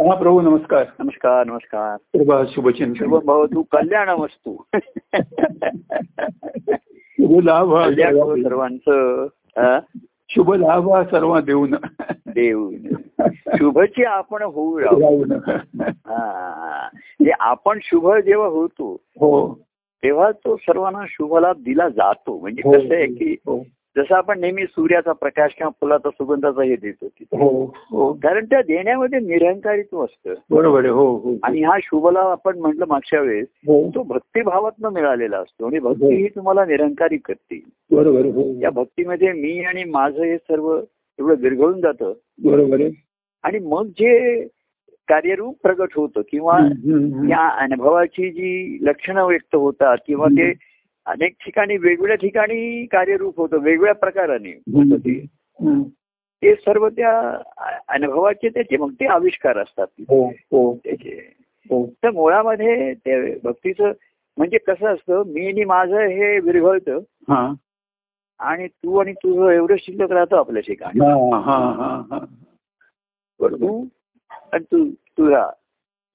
हा प्रभू नमस्कार नमस्कार नमस्कार प्रभा शुभचिंतन शुभ भवतु कल्याण वस्तू शुभ लाभ हा सर्वा कल्याण हो देऊन. सर्वांचं हा? शुभ लाभ हा सर्व देऊन देव शुभची आपण होऊ राहू राहून. हा. म्हणजे आपण शुभ जेव्हा होतो हो तेव्हा तो सर्वांना शुभलाभ दिला जातो म्हणजे हो. कसं आहे की हो जसं आपण नेहमी सूर्याचा प्रकाश किंवा फुलाचा सुगंधाचा हे देतो तिथे हो हो कारण त्या देण्यामध्ये निरंकारित्व असतं बरोबर आहे हो हो आणि हा शुभलाभ आपण म्हटलं मागच्या वेळेस हो तो भक्तिभावातनं मिळालेला असतो आणि भक्ती ही तुम्हाला निरंकारी करते बरोबर आहे, या हो भक्तीमध्ये मी आणि माझं हे सर्व एवढं विरघळून जातं बरोबर आहे आणि मग जे कार्यरूप प्रगट होतं किंवा हम्म, हम्म, हम्म. या अनुभवाची जी लक्षणं व्यक्त होतात किंवा ते अनेक ठिकाणी वेगवेगळ्या ठिकाणी कार्यरूप होतं वेगवेगळ्या प्रकाराने होतं ते. हम्म. ते सर्व त्या अ- अनुभवाचे त्याचे मग ते आविष्कार असतात हो हो त्याचे हो तर मुळामध्ये ते भक्तीचं म्हणजे कसं असतं मी आणि माझं हे विरघळतं हा आणि तू आणि तुझं एवढं शिल्लक राहतं आपल्या ठिकाणी हा हा हा हा बरोबर तू आणि तू तुझा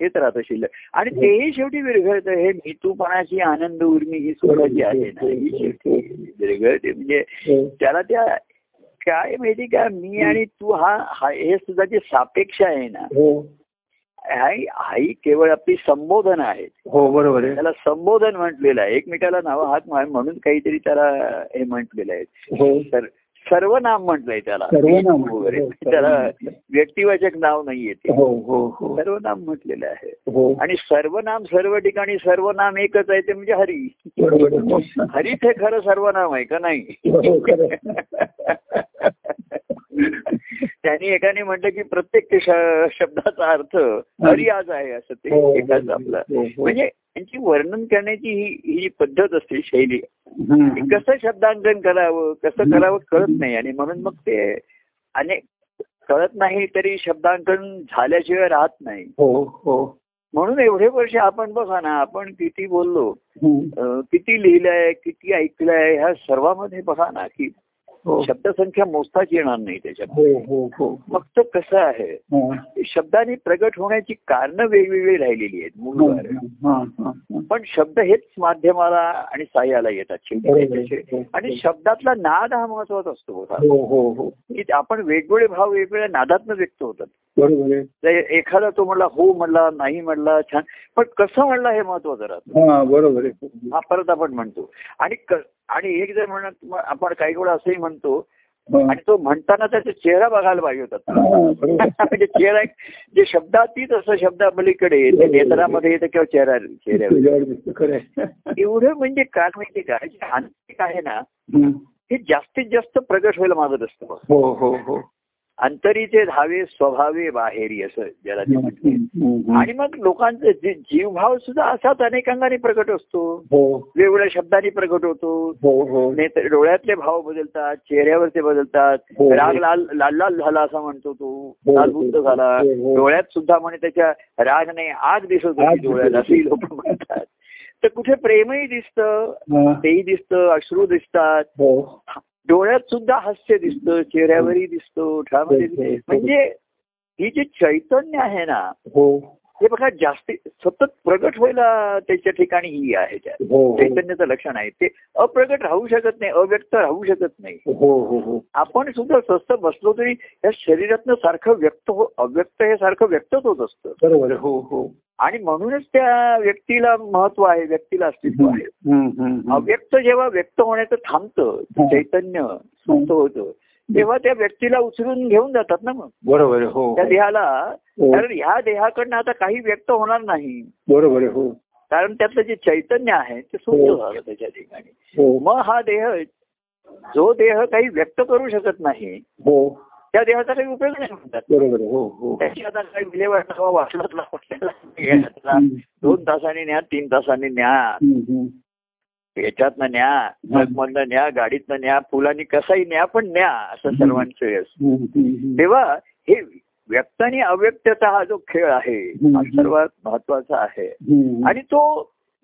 हेच राहतं शिल्लक आणि हो. तेही शेवटी विरघळतं हे मीतूपणाची आनंद उर्मी ही सोडायची आहे ना ही शेवटी विरघळते म्हणजे हो त्याला त्या काय माहिती का मी आणि तू हा हा- हे सुद्धा जे सापेक्ष आहे ना हो हाई हाई केवळ आपली संबोधन आहे हो बरोबर आहे त्याला संबोधन म्हटलेलं आहे एकमेकाला नाव हात मार म्हणून काहीतरी त्याला हे म्हटलेलं आहे हो तर सर्वनाम म्हटलंय त्याला सर्वनाम वगैरे हो, त्याला सर्वनाम. व्यक्तिवाचक नाव नाहीये ते हो हो हो सर्वनाम म्हटलेलं आहे हो आणि सर्वनाम सर्व ठिकाणी सर्वनाम एकच आहे ते म्हणजे हरी बरोबर आहे. हो. हरीच हे खरं सर्वनाम आहे का नाही हो, खरं आहे. त्यांनी एकाने म्हटलं की प्रत्येक श- शब्दाचा अर्थ हरी आज आहे असं हो, हो, ते एकाच आपलं हो, हो. म्हणजे त्यांची वर्णन करण्याची ही ही जी पद्धत असते शैली हम्म, की हम्म. कसं शब्दांकन करावं कसं करावं कळत नाही आणि म्हणून मग ते अनेक कळत नाही तरी शब्दांकन झाल्याशिवाय राहत नाही हो हो म्हणून एवढे वर्ष आपण बघा ना आपण किती बोललो हम्म, अं, किती लिहिलंय किती ऐकलंय ह्या सर्वांमध्ये बघा ना की हो शब्दसंख्या मोजताच येणार नाही त्याच्यामध्ये हो हो हो मग तो कसं आहे हा. शब्दाने प्रगट होण्याची कारणं वेगवेगळी राहिलेली आहेत हा, मूलवार हा, हा, हा. पण शब्द हेच माध्यमाला आणि साह्याला येतात शेवटी बरोबर. त्याच्याशी. आणि शब्दातला नाद हा महत्वाचा असतो होता हो हो हो की आपण वेगवेगळे भाव वेगवेगळ्या नादातनं व्यक्त होतात बरोबर आहे तर एखादा तो म्हणला हो म्हणला नाही म्हणला छान पण कसं म्हणला हे महत्वाचं राहतं हा बरोबर आहे हा परत आपण म्हणतो आणि क- आणि एक जर म्हणत आपण काही वेळा असंही म्हणतो हा. आणि तो म्हणताना त्याचा चेहरा बघायला पाहिजे होता हा, बरोबर आहे. म्हणजे चेहरा एक- जे शब्दातीत असं शब्दाबलीकडे येते नेत्रामध्ये येतं किंवा चेहरा चेहऱ्यावर तुझ्यावर दिसतं, खरं आहे. एवढं म्हणजे काय माहिती का जे आंतरिक आहे ना हम्म. हे जास्तीत जास्त प्रगट व्हायला मागत असतं हो हो हो अंतरीचे धावे स्वभावे बाहेरी असं ज्याला ते म्हटले हम्म. आणि मग लोकांचा जी- जीवभाव सुद्धा असाच अनेकांगाने प्रगट असतो हो वेगवेगळ्या शब्दांनी प्रगट होतो हो हो नेत्र डोळ्यातले भाव बदलतात चेहऱ्यावरचे बदलतात हो. राग लाल लाल लाल झाला असा म्हणतो हो. तो लालबुद्ध झाला हो, हो. डोळ्यात सुद्धा म्हणे त्याच्या राग नाही आग दिसत आग होती डोळ्यात दिसत असंही लोक म्हणतात तर कुठे प्रेमही दिसतं हा. तेही दिसतं अश्रू दिसतात हो डोळ्यात सुद्धा हास्य दिसतं चेहऱ्यावरही दिसतं ओठामध्ये हो, हो, दिसतं. हो. म्हणजे ही जे चैतन्य आहे ना हो हे बघा जास्तीत सतत प्रगट व्हायला त्याच्या ठिकाणी ही आहे त्यात हो चैतन्याचं लक्षण आहे ते अप्रगट राहू शकत नाही अव्यक्त राहू शकत नाही हो हो हो आपण सुद्धा स्वस्त बसलो तरी या शरीरातनं सारखं व्यक्त हो अव्यक्त हे सारखं व्यक्तच होत असतं बरोबर आहे. हो हो आणि म्हणूनच त्या व्यक्तीला महत्व आहे व्यक्तीला अस्तित्व आहे हम्म, हम्म, हो. हम्म. अव्यक्त जेव्हा व्यक्त होण्याचं थांबतं हं. चैतन्य सुप्त होतं तेव्हा त्या व्यक्तीला उचलून घेऊन जातात ना मग बरोबर आहे. हो त्या हो. देहाला हो. कारण ह्या देहाकडनं आता काही व्यक्त होणार नाही बरोबर आहे. हो कारण त्यातलं जे चैतन्य आहे ते सुप्त हो. झालं त्याच्या ठिकाणी हो मग हा देह जो देह काही व्यक्त करू शकत नाही हो त्या देहाचा काही उपयोग नाही म्हणतात बरोबर आहे. हो हो त्याची आता काही विल्हेवाट लावा वाटलाच लावा हम्म, दोन तासांनी न्या तीन तासांनी न्या हम्म, हम्म. याच्यातनं न्या ट्रकमधनं न्या गाडीतनं न्या फुलांनी कसाही न्या पण न्या असं हम्म. सर्वांचं हे असतं. हम्म, हम्म, हम्म. तेव्हा हे व्यक्त आणि अव्यक्तचा हा जो खेळ आहे हा हम्म. सर्वात महत्वाचा आहे हम्म. आणि तो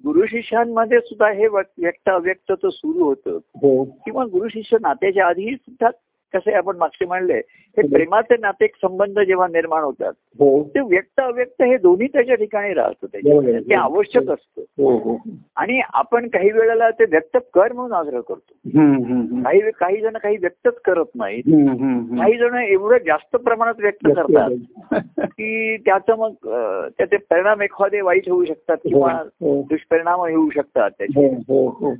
गुरु शिष्यांमध्ये सुद्धा हे व्यक्त अव्यक्त तर सुरू होतं हो किंवा गुरु शिष्य नात्याच्या आधी सुद्धा कसे आपण मागचे म्हणले हे प्रेमाचे नाते संबंध जेव्हा निर्माण होतात हो ते व्यक्त अव्यक्त हे दोन्ही त्याच्या ठिकाणी राहतं बरोबर त्याच्या आहे. ते आवश्यक असतं हो हो आणि आपण काही वेळेला ते व्यक्त कर म्हणून आग्रह करतो हम्म, हम्म, हम्म. काही वे- काही जण काही व्यक्तच करत नाहीत हम्म, हम्म, हम्म. काही जण एवढं जास्त प्रमाणात व्यक्त व्यक्त करतात करतात. की त्याचं मग अं, त्याचे परिणाम एखादे वाईट होऊ शकतात किंवा हो, दुष्परिणाम होऊ शकतात हो, त्याचे हो, हो,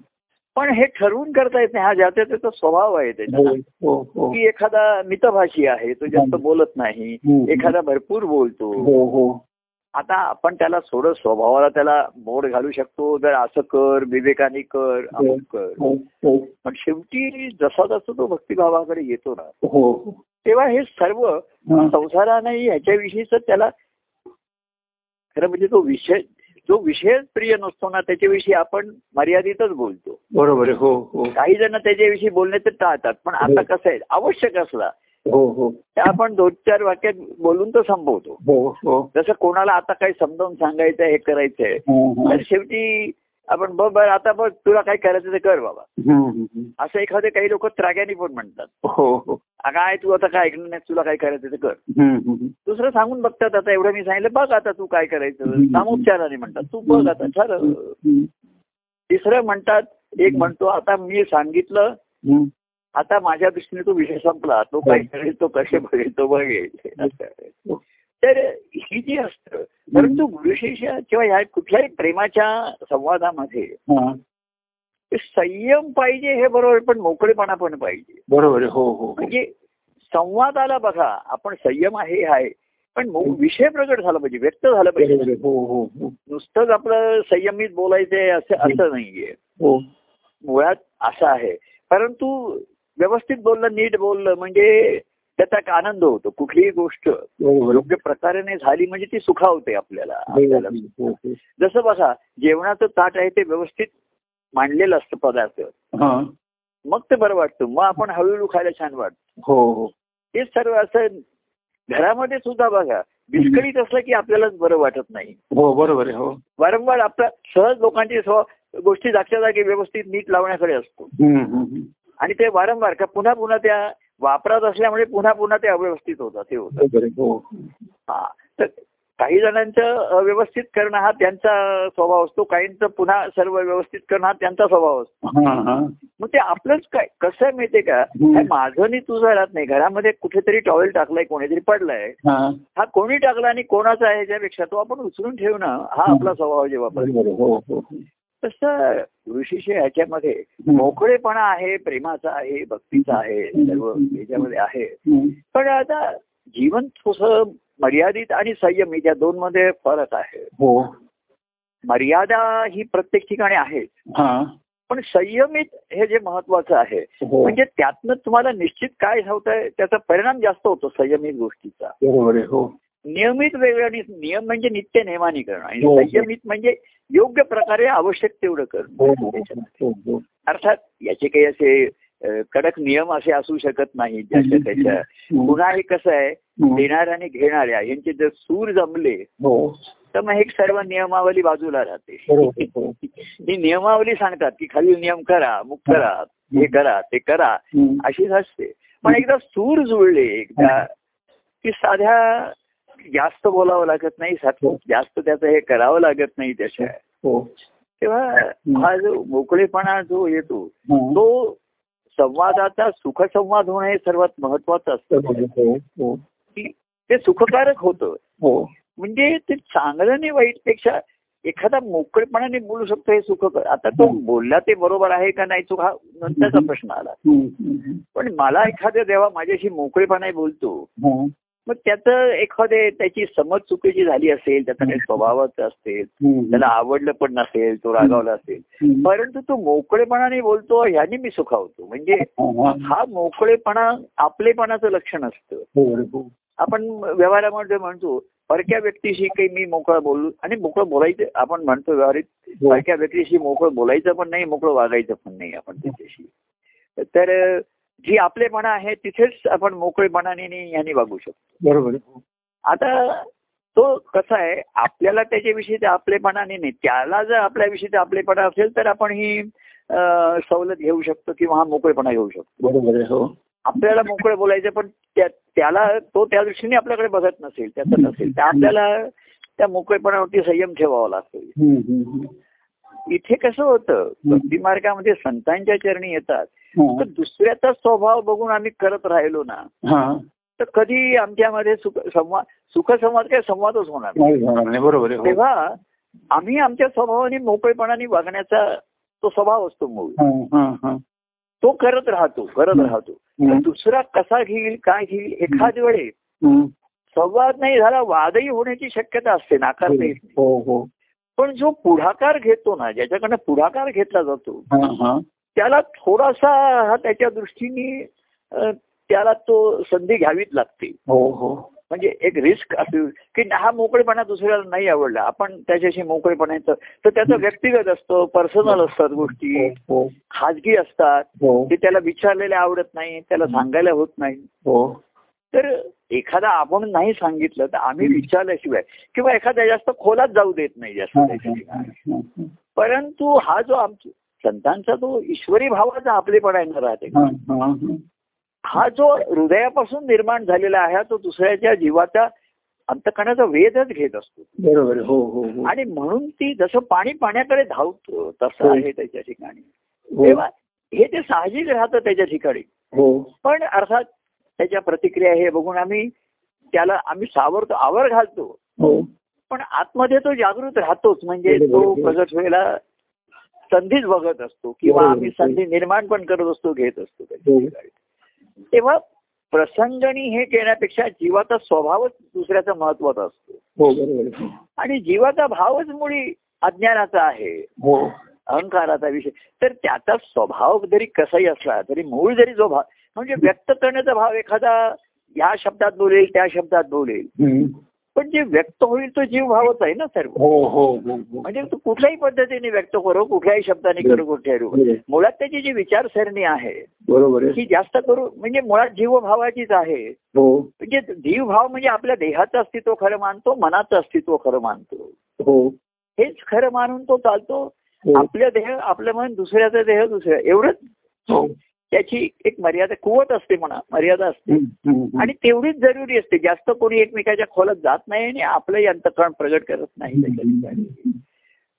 पण हे ठरवून करता येत नाही हा ज्याचा त्याचा स्वभाव आहे त्याचा हो, हो, हो. की एखादा मितभाषी आहे तो जास्त हं. बोलत नाही हं. एखादा भरपूर बोलतो हो, हो. आता आपण त्याला थोडं स्वभावाला त्याला मोड घालू शकतो जर असं कर विवेकाने कर अमुक कर हो, हो, पण शेवटी जसा जसा तो भक्तिभावाकडे येतो ना हो. तेव्हा हे सर्व हा. संसाराने ह्याच्याविषयीच त्याला खरं म्हणजे तो विषय जो विषयच प्रिय नसतो ना त्याच्याविषयी आपण मर्यादितच बोलतो बरोबर आहे. हो हो काही जण त्याच्याविषयी बोलणे तर टाळतात पण आता हो. कसं आहे आवश्यक असला हो हो तर आपण दोन चार वाक्यात बोलून तो संपवतो हो हो जसं कोणाला आता काही समजावून सांगायचं हे करायचंय हं, हं. तर शेवटी आपण बघ बरं आता बघ तुला काय करायचं ते कर बाबा हं, हं, हं. असं एखादे काही लोक त्राग्याने पण म्हणतात हो हो काय तू आता काय ऐकलं नाही तुला काय करायचं ते कर हं, हं. दुसरं सांगून बघतात आता एवढं मी सांगितलं बघ आता तू काय करायचं हम्म. सामोपचाराने म्हणतात तू बघ आता ठरव हं, तिसरं म्हणतात एक म्हणतो आता मी सांगितलं हं. आता माझ्या दृष्टीने तो विषय संपला तो हो. काय करेल तो कसे बघेल तो बघेल तर ही जी असतं परंतु विशेष किंवा ह्या कुठल्याही प्रेमाच्या संवादामध्ये हं. संयम पाहिजे हे बरोबर पण मोकळेपणा पण पाहिजे बरोबर आहे. हो हो हो. म्हणजे संवादाला बघा आपण संयम आहे हे आहे पण मो- विषय प्रगट झाला पाहिजे व्यक्त झाला पाहिजे बरोबर आहे. हो हो हो नुसतंच आपलं संयमित बोलायचंय असं असं नाहीये हो मुळात असं आहे परंतु व्यवस्थित बोललं नीट बोललं म्हणजे त्याचा एक आनंद होतो कुठलीही गोष्ट बरोबर आहे. योग्य प्रकाराने झाली म्हणजे ती सुखावते आपल्याला आपल्याला. बरोबर आहे. हो, हो. जसं बघा जेवणाचं ताट आहे ते व्यवस्थित मांडलेलं असतं पदार्थ हं. मग ते बरं वाटतं मग आपण हळूहळू खायला छान वाटतं हो हो तेच सर्व असं घरामध्ये सुद्धा बघा विस्कळीत असलं की आपल्यालाच बरं वाटत नाही हो बरोबर आहे. हो वारंवार आपल्या सहज लोकांची स्व- गोष्टी जागच्या जागी व्यवस्थित नीट लावण्याकडे असतो हं, हं, हं. आणि ते वारंवार का पुन्हा पुन्हा त्या वापरात असल्यामुळे पुन्हा पुन्हा ते अव्यवस्थित होतात हे होतं बरोबर आहे. हो हा तर काही जणांचं अव्यवस्थित करणं हा त्यांचा स्वभाव असतो काहींचं पुन्हा सर्व व्यवस्थित करणं हा त्यांचा स्वभाव असतो हा हा मग ते आपलंच काय कसं आहे माहितीये का हम्म. हे माझं नाही तुझं राहत नाही घरामध्ये कुठेतरी टॉवेल टाकलाय कोणीतरी पडलाय हा हा कोणी टाकला आणि कोणाचा आहे याच्यापेक्षा तो आपण उचलून ठेवणं हा हम्म. आपला स्वभाव जेव्हा पडतो. बरोबर आहे. हो हो तसं ऋषीशी ह्याच्यामध्ये मोकळेपणा आहे प्रेमाचा आहे भक्तीचा आहे सर्व याच्यामध्ये आहे हं. पण आता जीवन थोडस मर्यादित आणि संयमी या दोन मध्ये फरक आहे हो मर्यादा ही प्रत्येक ठिकाणी आहे हा पण संयमित हे जे महत्वाचं आहे हो म्हणजे त्यातनं तुम्हाला निश्चित काय होतंय त्याचा परिणाम जास्त होतो संयमित गोष्टीचा बरोबर आहे. हो नियमित वेगळ्या नियम म्हणजे नित्य नियमाने करणं आणि हो. संयमित म्हणजे योग्य प्रकारे आवश्यक तेवढं हो करणं हो त्याच्यात. हो हो अर्थात याचे काही असे अ, कडक नियम असे असू शकत नाहीत ज्याच्या त्याच्या पुन्हा हे कसं आहे हं. देणाऱ्या आणि घेणाऱ्या यांचे जर सूर जमले हो तर मग हे सर्व नियमावली बाजूला राहते बरोबर आहे. हो ही नियमावली सांगतात की खाली नियम करा मुक करा हे करा ते करा हं. अशीच असते पण एकदा सूर जुळले एकदा की साध्या जास्त बोलावं लागत नाही सात- जास्त त्याचं हे करावं लागत नाही त्याच्या हो तेव्हा हा जो मोकळेपणा जो येतो हं. तो संवादाचा सुखसंवाद होणं हे सर्वात महत्वाचं बरोबर असतं आहे. हो हो की ते सुखकारक होतं हो म्हणजे ते चांगलं आणि वाईट पेक्षा एखादा मोकळेपणाने बोलू शकतो हे सुख आता तो बोलला ते बरोबर आहे का नाही चुक हा नंतरचा प्रश्न आला हं, हं, हं. पण मला एखाद्या जेव्हा माझ्याशी मोकळेपणाने बोलतो हं. मग त्याचं एखादे त्याची समज चुकीची झाली असेल त्याचा काही स्वभावाचं असेल हं. त्याला आवडलं पण नसेल तो रागावला असेल हं. परंतु तो मोकळेपणाने बोलतो ह्याने मी सुखावतो म्हणजे हा, हा. हा मोकळेपणा आपलेपणाचं लक्षण असतं बरोबर आहे. हो आपण व्यवहारामध्ये म्हणतो परक्या व्यक्तीशी काही मी मोकळा बोलू आणि मोकळं बोलायचं आपण म्हणतो व्यवहारित हो परक्या व्यक्तीशी मोकळं बोलायचं पण नाही मोकळं वागायचं पण नाही आपण त्याच्याशी तर जी आपलेपणा आहे तिथेच आपण मोकळेपणाने आणि याने वागू शकतो बरोबर आहे. आता तो कसा आहे आपल्याला त्याच्याविषयी ते आपलेपणाने नाही त्याला जर आपल्याविषयी ते आपलेपणा असेल तर आपण ही अ, सवलत घेऊ शकतो किंवा हा मोकळेपणा घेऊ शकतो बरोबर आहे. हो आपल्याला मोकळं बोलायचं पण त्या- त्याला तो त्या दृष्टीने आपल्याकडे बघत नसेल त्याचं नसेल तर आपल्याला त्या मोकळेपणावरती संयम ठेवावा लागतो हम्म, हम्म, इथे कसं होतं भक्ती मार्गामध्ये संतांच्या चरणी येतात तर हम्म. दुसऱ्याचा स्वभाव बघून आम्ही करत राहिलो ना हा तर कधी आमच्यामध्ये सुख संवाद सुखसंवाद काय संवादच होणार नाही. नाही होणार नाही बरोबर आहे हो. तेव्हा आम्ही आमच्या स्वभावाने मोकळेपणाने वागण्याचा तो स्वभाव असतो मूळ हा, हा, हा. तो करत राहतो करत हं. राहतो तर हम्म, दुसरा कसा घेईल काय घेईल एखाद वेळेस हम्म. संवाद नाही झाला वादही होण्याची शक्यता असते नाकारता येत नाही हो हो पण जो पुढाकार घेतो ना ज्याच्याकडनं पुढाकार घेतला जातो हा हा त्याला थोडासा हा त्याच्या दृष्टीने अ, त्याला तो संधी घ्यावीच लागते हो हो म्हणजे एक रिस्क असू की हा मोकळेपणा दुसऱ्याला नाही आवडला आपण त्याच्याशी मोकळेपणाचं तर त्याचं व्यक्तिगत असतं पर्सनल असतात गोष्टी हो खाजगी असतात हो ते त्याला विचारलेले आवडत नाही त्याला सांगायला होत नाही हो तर एखादा आपण नाही सांगितलं तर आम्ही विचारल्याशिवाय किंवा एखादा जास्त खोलात जाऊ देत नाही जास्त हा, हा, त्याच्याशिवाय. हा, हा. परंतु हा जो आमचा संतांचा जो ईश्वरी भावाचा आपलेपणा येणार राहते हा, हा, हा. हा जो हृदयापासून निर्माण झालेला आहे हा तो दुसऱ्याच्या जीवाचा अंतकणाचा वेधच घेत असतो बरोबर आहे. हो हो हो आणि म्हणून ती जसं पाणी पाण्याकडे धावतो तसं हो. आहे त्याच्या ठिकाणी हो, तेव्हा हे ते साहजिक राहतं त्याच्या ठिकाणी हो पण अर्थात त्याच्या प्रतिक्रिया हे बघून आम्ही त्याला आम्ही सावरतो आवर घालतो हो पण आतमध्ये तो जागृत राहतोच म्हणजे बरोबर, तो बरोबर. प्रगट व्हायला संधीच बघत असतो किंवा बरोबर, आम्ही बरोबर. संधी निर्माण पण करत असतो घेत असतो त्याच्या हो. ठिकाणी. तेव्हा प्रसंगणी हे केल्यापेक्षा जीवाचा स्वभावच दुसऱ्याचा महत्वाचा असतो हो बरोबर आहे. आणि जीवाचा भावच मुळी अज्ञानाचा आहे हो अहंकाराचा विषय तर त्याचा स्वभाव जरी कसाही असला तरी मूळ जरी जो भाव म्हणजे व्यक्त करण्याचा भाव एखादा या शब्दात बोलेल त्या शब्दात बोलेल हम्म. पण जे व्यक्त होईल तो जीव भावच आहे ना सर्व हो हो हो हो म्हणजे तू कुठल्याही पद्धतीने व्यक्त करो कुठल्याही शब्दाने करो कुठल्याही रूपात. बरोबर. मुळात त्याची जी विचारसरणी आहे बरोबर आहे ती जास्त करू म्हणजे मुळात जीवभावाचीच आहे हो म्हणजे जीवभाव म्हणजे आपल्या देहाचं अस्तित्व खरं मानतो मनाचं अस्तित्व खरं मानतो हो हेच खरं मानून तो चालतो हो आपल्या देह आपलं मन दुसऱ्याचा देह दुसऱ्या एवढंच हो त्याची एक मर्यादा कुवत असते म्हणा मर्यादा असते हम्म, हम्म, हम्म. आणि तेवढीच जरुरी असते जास्त कोणी एकमेकाच्या खोलात जात नाही आणि आपलंही अंतकरण प्रगट करत नाही त्याच्या ठिकाणी.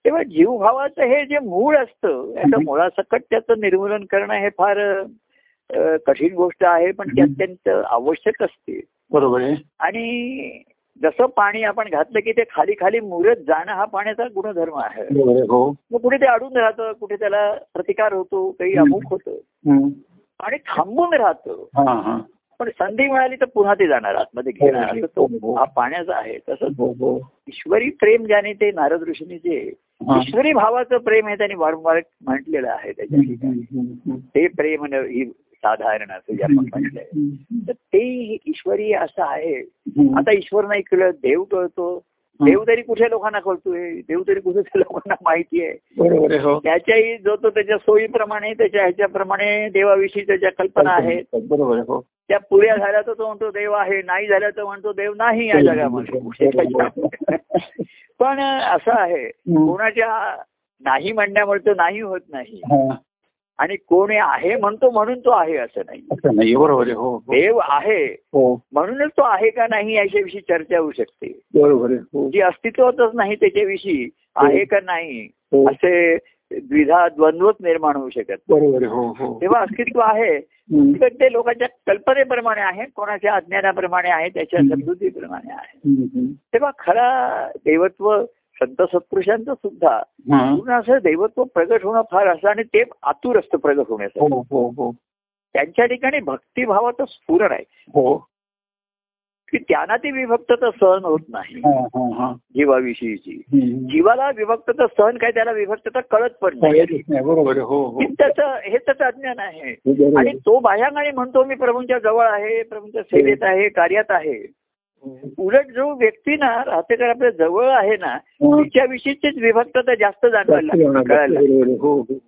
तेव्हा जीवभावाचं हे जे मूळ असतं याचं हम्म. मुळासकट त्याचं निर्मूलन करणं हे फार अ, कठीण गोष्ट आहे पण ती हम्म. अत्यंत आवश्यक असते बरोबर आहे आणि जसं पाणी आपण घातलं की ते खाली खाली मुरत जाणं हा पाण्याचा गुणधर्म आहे बरोबर आहे. हो मग कुठे ते अडून राहतं कुठे त्याला प्रतिकार होतो काही हम्म. अमुक होतं हम्म. आणि थांबून राहतं हा हा पण संधी मिळाली तर पुन्हा ते जाणार आतमध्ये हो, घेणार असं तो हो, हो. हा पाण्याचा आहे तसंच हो हो ईश्वरी प्रेम ज्याने ते नारद ऋषीने जे हा. ईश्वरी भावाचं प्रेम हे त्यांनी वारंवार म्हटलेलं आहे त्याच्या हम्म, ठिकाणी. हम्म, हम्म, ते प्रेम न- ही साधारण असं जे आपण हम्म. म्हटलंय तर ते ईश्वरी असं आहे आता ईश्वर नाही केलं देव कळतो देव तरी कुठे लोकांना कळतोय देव तरी कुठे त्या लोकांना माहिती आहे बरोबर आहे हो त्याच्याही जो तो त्याच्या सोयीप्रमाणे त्याच्या ह्याच्याप्रमाणे देवाविषयी त्याच्या कल्पना आहेत बरोबर आहे हो त्या पुऱ्या झाल्या तर तो म्हणतो देव आहे नाही झाल्या तर म्हणतो देव नाही या हो, जगामध्ये पण असं आहे हम्म. कोणाच्या नाही म्हणण्यामुळे तो नाही होत नाही हा, आणि कोणी आहे म्हणतो म्हणून तो आहे असं नाही असं नाही बरोबर आहे हो हो. देव आहे हो म्हणूनच तो आहे का नाही याच्याविषयी चर्चा होऊ शकते बरोबर आहे हो जी अस्तित्वातच नाही त्याच्याविषयी आहे का नाही हो असे द्विधा द्वंद्वच निर्माण होऊ शकत नाही. बरोबर आहे हो हो तेव्हा अस्तित्व आहे हम्म, तर ते लोकांच्या कल्पनेप्रमाणे आहे कोणाच्या अज्ञानाप्रमाणे आहे त्याच्या हं. समजुतीप्रमाणे आहे हम्म, हम्म. तेव्हा खरा देवत्व संत सत्पुरुषांचं सुद्धा हा. पूर्ण असं दैवत्व प्रगट होणं फार असं आणि ते आतुर असतं प्रगट होण्यासाठी हो हो हो त्यांच्या ठिकाणी भक्तिभावाचं स्फुरण आहे हो की त्यांना ती विभक्तता सहन होत नाही हा, हा, हा. जीवाविषयीची हम्म. जीवाला विभक्तता सहन काय त्याला विभक्तता कळत पण हो, नाही येतच नाही बरोबर आहे हो हो हे त्याचं हे त्याचं अज्ञान आहे हे बरोबर आणि आहे. तो बाह्यांगाने म्हणतो मी प्रभूंच्या जवळ आहे प्रभूंच्या सेवेत आहे कार्यात आहे उलट जो व्यक्ती ना राहतेकर आपल्या जवळ आहे ना हा. तिच्याविषयीचीच विभक्तता जास्त जाणवायला जास्त लागते, जेवणात कळायला जास्त लागते. बरोबर आहे. हो हो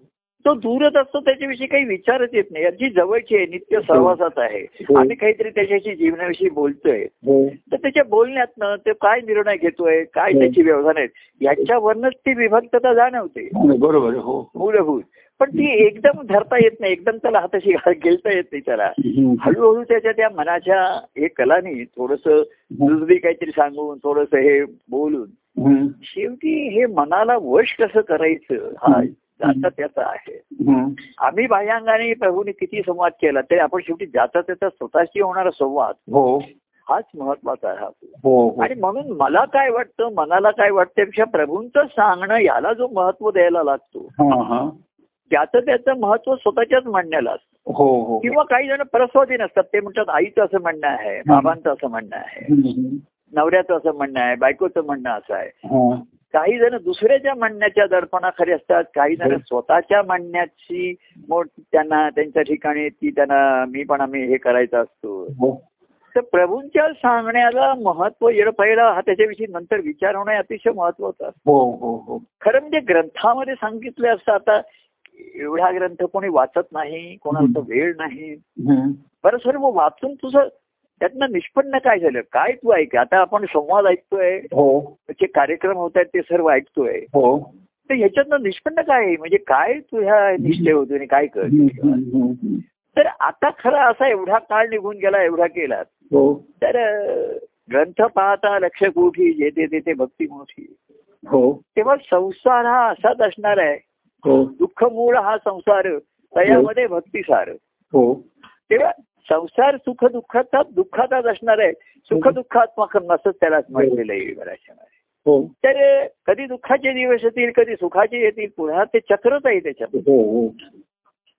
तो दूरच असतो त्याच्याविषयी काही विचारच येत नाही जी जवळची आहे नित्य सहवासात आहे हो. आम्ही काहीतरी त्याच्याशी जीवनाविषयी बोलतोय हो तर त्याच्या बोलण्यातनं ते काय निर्णय घेतोय काय हो. त्याची व्यवधान आहेत याच्यावरनच ती विभक्तता जाणवते हा, बरोबर आहे. हो मूलभूत पण ती एकदम धरता येत नाही एकदम त्याला हाताशी घा- गेलता येत नाही त्याला हळूहळू त्याच्या त्या मनाच्या हे कलाने थोडस दुसरी काहीतरी सांगून थोडस हे बोलून शेवटी हे मनाला वश कसं करायचं हा जाता त्याचा आहे आम्ही बाह्यांगाने प्रभूने किती संवाद केला तरी आपण शेवटी जाता त्याचा स्वतःशी होणारा संवाद हो हाच महत्वाचा आहे आपला हो आणि म्हणून मला काय वाटतं मनाला काय वाटतेपेक्षा प्रभूंचं सांगणं याला जो महत्व द्यायला लागतो हा हा त्याचं त्याचं महत्व स्वतःच्याच म्हणण्याला असतं हो हो किंवा काही जण परस्वाधीन असतात ते म्हणतात आईचं असं म्हणणं आहे बाबांचं असं म्हणणं आहे हम्म. नवऱ्याचं असं म्हणणं आहे बायकोचं म्हणणं असं आहे हा. काही जण दुसऱ्याच्या म्हणण्याच्या दडपणाखाली असतात काही जण हो. स्वतःच्या म्हणण्याची मोठ त्यांना त्यांच्या ठिकाणी ती त्यांना मी पण आम्ही हे करायचा असतो हो तर प्रभूंच्या सांगण्याला महत्व येणं पहिला हा त्याच्याविषयी नंतर विचार होणं हे अतिशय महत्वाचं असतं हो हो हो खरं म्हणजे ग्रंथामध्ये सांगितलं असतं आता एवढा ग्रंथ कोणी वाचत नाही कोणाला हम्म. वेळ नाही हम्म. बरं सर मग वाचून तुझं त्यातनं निष्पन्न काय झालं काय तू ऐक आता आपण संवाद ऐकतोय हो जे कार्यक्रम होत आहेत ते सर्व ऐकतोय हो तर ह्याच्यातनं निष्पन्न काय आहे? म्हणजे काय तुझ्या निश्चय होतो आणि काय कर हम्म, हम्म, हम्म. तर आता खरा असा एवढा काळ निघून गेला एवढा केला हो तर अं, ग्रंथ पाहता लक्ष कोठी जेथे तेथे भक्ती मोठी हो तेव्हा संसार हा असाच असणार आहे हो दुःख मूळ हा संसार तयामध्ये भक्तिसार हो तेव्हा संसार सुख दुःखाचा दुःखाचाच असणार आहे सुख दुःखात्मक नसत त्यालाच म्हटलेलं आहे बऱ्याचशा हो तर अं, कधी दुःखाचे दिवस येतील कधी सुखाचे येतील पुन्हा ते चक्रच आहे त्याच्यात हो हो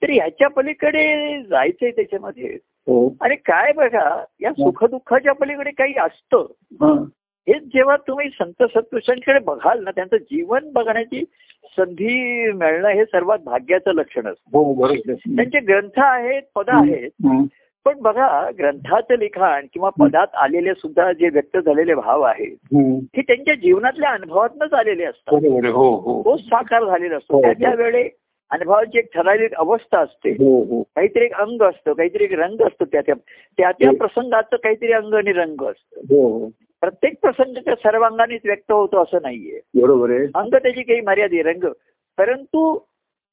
तर ह्याच्या पलीकडे जायचंय त्याच्यामध्ये हो आणि काय बघा या सुखदुःखाच्या पलीकडे काही असतं हा. हेच जेव्हा तुम्ही संत सत्पुरुषांकडे बघाल ना त्यांचं जीवन बघण्याची संधी मिळणं हे सर्वात भाग्याचं लक्षण असतं हो बरोबर आहे. त्यांचे ग्रंथ आहेत पद आहेत हम्म. पण बघा ग्रंथाचं लिखाण किंवा पदात आलेले सुद्धा जे व्यक्त झालेले भाव आहेत हम्म. हे त्यांच्या जीवनातल्या अनुभवातनच आलेले असतात बरोबर आहे. हो हो तो साकार झालेला असतो हो. त्याच्या वेळे अनुभवाची एक ठराविक अवस्था असते हो हो काहीतरी एक अंग असतं काहीतरी एक रंग असतो त्या त्या- त्या त्या हो. प्रसंगाचं काहीतरी अंग आणि रंग असतं हो हो प्रत्येक प्रसंग त्या सर्वांगानेच व्यक्त होतो असं नाहीये बरोबर आहे अंग त्याची काही मर्यादा आहे, रंग परंतु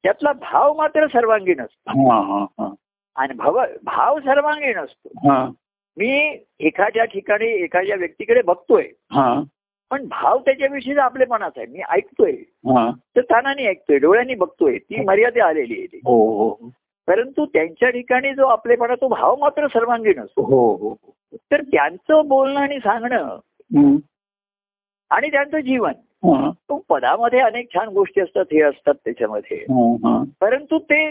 त्यातला भाव मात्र सर्वांगीण असतो हा हा हा आणि भाव भाव सर्वांगीण असतो हा मी एखाद्या ठिकाणी एखाद्या व्यक्तीकडे बघतोय हा पण भाव त्याच्याविषयी आपलेपणाच आहे मी ऐकतोय हा तर कानाने ऐकतोय डोळ्यांनी बघतोय ती मर्यादा आलेली आहे ती. हो हो परंतु त्यांच्या ठिकाणी जो आपलेपणा तो भाव मात्र सर्वांगीण असतो हो हो तर त्यांचं बोलणं आणि सांगणं हम्म. आणि त्यांचं जीवन हा तो पदामध्ये अनेक छान गोष्टी असतात हे असतात त्याच्यामध्ये हा हा परंतु ते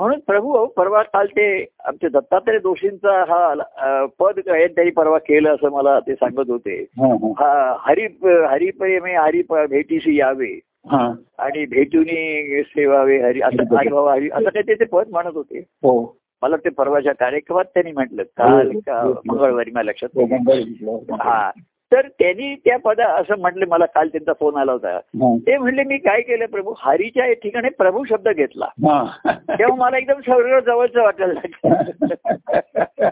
म्हणून प्रभू अहो, परवा काल ते आमचे दत्तात्रय जोशींचा हा अं, पद त्यांनी परवा केलं असं मला ते सांगत होते हा हा हा हरी हरिप्रेमे हरी भेटीशी यावे हा आणि भेटूनी सेवावे हरी असं आई भावा हरी असं काही ते ते पद म्हणत होते हो मला ते परवाच्या कार्यक्रमात त्यांनी म्हटलं काल का मंगळवारी मला लक्षात हो, नाही. बरोबर आहे. हा तर त्यांनी त्या पदा असं म्हटले मला काल त्यांचा फोन आला होता हा. ते म्हणले मी काय केलं प्रभू हरीच्या या ठिकाणी प्रभू शब्द घेतला हा. तेव्हा मला एकदम सर्व जवळचं वाटायला लागलं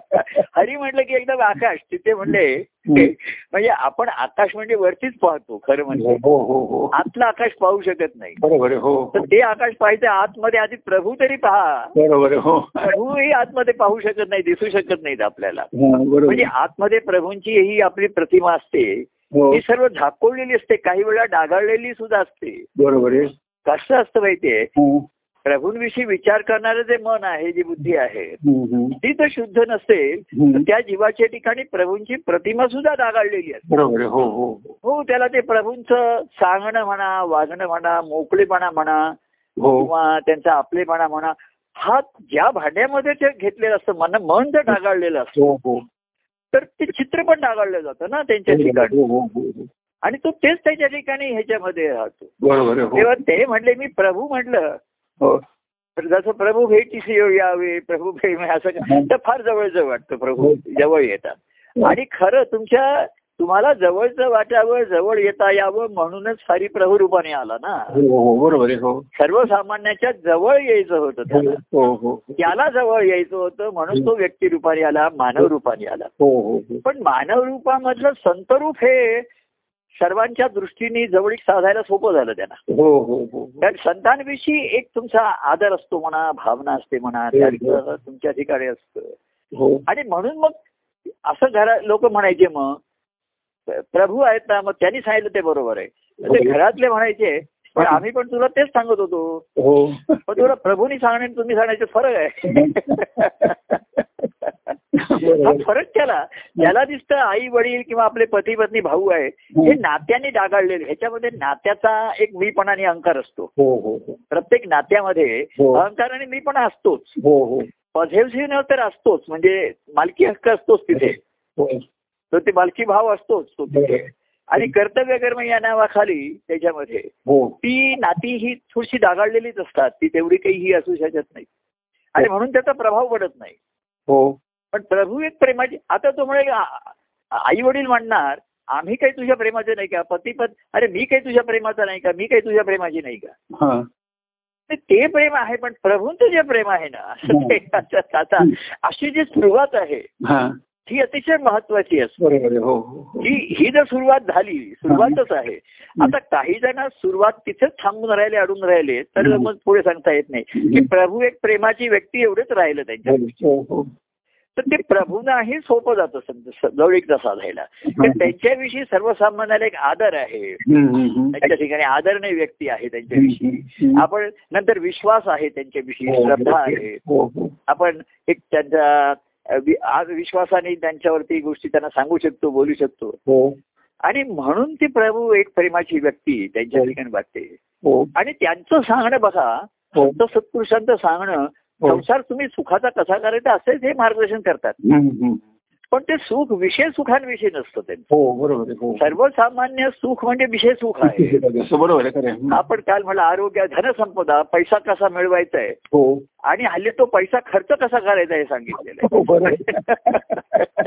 हरी म्हटलं की एकदम आकाश तिथे म्हणले म्हणजे आपण आकाश म्हणजे वरतीच पाहतो खरं म्हणजे हो हो हो आतलं आकाश पाहू शकत नाही बरोबर आहे. हो तर ते आकाश पाहायचं आतमध्ये आधी प्रभू तरी पहा बरोबर आहे. हो प्रभूही आतमध्ये पाहू शकत नाही दिसू शकत नाहीत आपल्याला हा, बरोबर म्हणजे आहे. आतमध्ये प्रभूंची ही आपली प्रतिमा असते हो ती सर्व झाकोळलेली असते काही वेळा डागाळलेली सुद्धा असते बरोबर आहे कसं असतं माहितीये हम्म, प्रभूंविषयी विचार करणारं जे मन आहे जी बुद्धी आहे हम्म, हम्म. ती जर शुद्ध नसेल तर हम्म. त्या जीवाच्या ठिकाणी प्रभूंची प्रतिमा सुद्धा डागाळलेली असते बरोबर आहे. हो हो हो त्याला ते प्रभूंचं सांगणं म्हणा वागणं म्हणा मोकळेपणा म्हणा हो किंवा त्यांचा आपलेपणा म्हणा हा ज्या भांड्यामध्ये ते घेतलेलं असतं मन मन जर डागाळलेलं असतं हो हो तर ते चित्र पण डागाळलं जातं ना त्यांच्या बरोबर ठिकाणी आहे. हो, हो, हो. आणि तो तेच त्याच्या ठिकाणी ह्याच्यामध्ये राहतो बरोबर आहे. तेव्हा ते म्हणले मी प्रभू म्हटलं हो हो तर जसं प्रभू भेटीस येऊ यावे प्रभू प्रेम आहे असं का- तर फार जवळचं वाटतं हो. प्रभू जवळ येतात आणि खरं तुमच्या तुम्हाला जवळचं वाटावं जवळ येता यावं म्हणूनच हरी प्रभू रूपाने आला ना हो हो बरोबर आहे. हो सर्वसामान्याच्या जवळ यायचं होतं त्याला हो हो त्याला जवळ यायचं होतं म्हणून तो व्यक्ती रूपाने आला मानव रूपाने आला हो हो हो पण मानव रूपामधलं संतरूप हे सर्वांच्या दृष्टीने जवळीक साधायला सोपं झालं त्यांना हो हो हो हो. कारण संतांविषयी एक तुमचा आदर असतो म्हणा भावना असते म्हणा त्या ठिकाणी तुमच्या ठिकाणी असतं हो आणि म्हणून मग असं घरा लोक म्हणायचे मग प्रभू आहेत ना मग त्यांनी सांगितलं ते बरोबर आहे ते घरातले म्हणायचे पण आम्ही पण तुला तेच सांगत होतो हो पण तुला प्रभूनी सांगणे आणि तुम्ही सांगण्याचे फरक आहे हा फरक त्याला त्याला दिसतं आई वडील किंवा आपले पती पत्नी भाऊ आहे हो. हे नात्याने डागाळलेले ह्याच्यामध्ये नात्याचा एक मीपणाने अहंकार असतो हो हो हो प्रत्येक नात्यामध्ये हो. अहंकार आणि मीपणा असतोच हो हो पॉझिटिव्ह तर असतोच म्हणजे मालकी हक्क असतोच तिथे हो तर ते मालकी भाव असतोच तो तिथे बरोबर. आणि कर्तव्य कर्म या नावाखाली त्याच्यामध्ये हो ती नाती ही थोडीशी दागाळलेलीच असतात ती तेवढी काही ही असू शकत नाही आणि म्हणून त्याचा प्रभाव पडत नाही हो पण प्रभू एक प्रेमाची आता तो म्हणे आई वडील म्हणणार आम्ही काही तुझ्या प्रेमाचे नाही का पती पत अरे मी काही तुझ्या प्रेमाचा नाही का मी काही तुझ्या प्रेमाची नाही का हा ते- ते प्रेम आहे पण प्रभूंचं जे प्रेम आहे ना हो. असं ते आता- आता अशी जी सुरुवात आहे हा ती अतिशय महत्वाची असते बरोबर आहे. हो हो हो. ही ही जर सुरुवात झाली सुरुवातच आहे आता काही जण सुरुवात तिथेच थांबून राहिले अडून राहिले तर हम्म. मग पुढे सांगता येत नाही की प्रभू एक प्रेमाची व्यक्ती एवढेच राहिलं त्यांच्या हो हो तर ते प्रभूंनाही सोपं जातं समज जवळीकता साधायला तर म्हणजे त्यांच्याविषयी सर्वसामान्याला एक आदर आहे हम्म, हम्म, हम्म. त्यांच्या ठिकाणी आदरणीय व्यक्ती आहे त्यांच्याविषयी हम्म, हम्म. आपण नंतर विश्वास आहे त्यांच्याविषयी हो, श्रद्धा आहे हो हो आपण एक त्यांचा अ, वि- आ- विश्वासाने त्यांच्यावरती गोष्टी त्यांना सांगू शकतो बोलू शकतो हो आणि म्हणून ती प्रभू एक प्रेमाची व्यक्ती त्यांच्या ठिकाणी वाटते हो आणि त्यांचं सांगणं बघा हो संत सत्पुरुषांचं सांगणं हो. संसार तुम्ही सुखाचा कसा करायचा असेच हे मार्गदर्शन करतात हम्म, हम्म. पण ते सुख विषय सुखांविषयी नसतं त्यांचं हो बरोबर आहे. हो सर्वसामान्य सुख म्हणजे विषय सुख आहे असं बरोबर आहे खरं आहे. हम्म. आपण काल म्हणलं आरोग्य धनसंपदा पैसा कसा मिळवायचा आहे हो आणि हल्ली तो पैसा खर्च कसा करायचा हे सांगितलेलं आहे हो बरोबर आहे.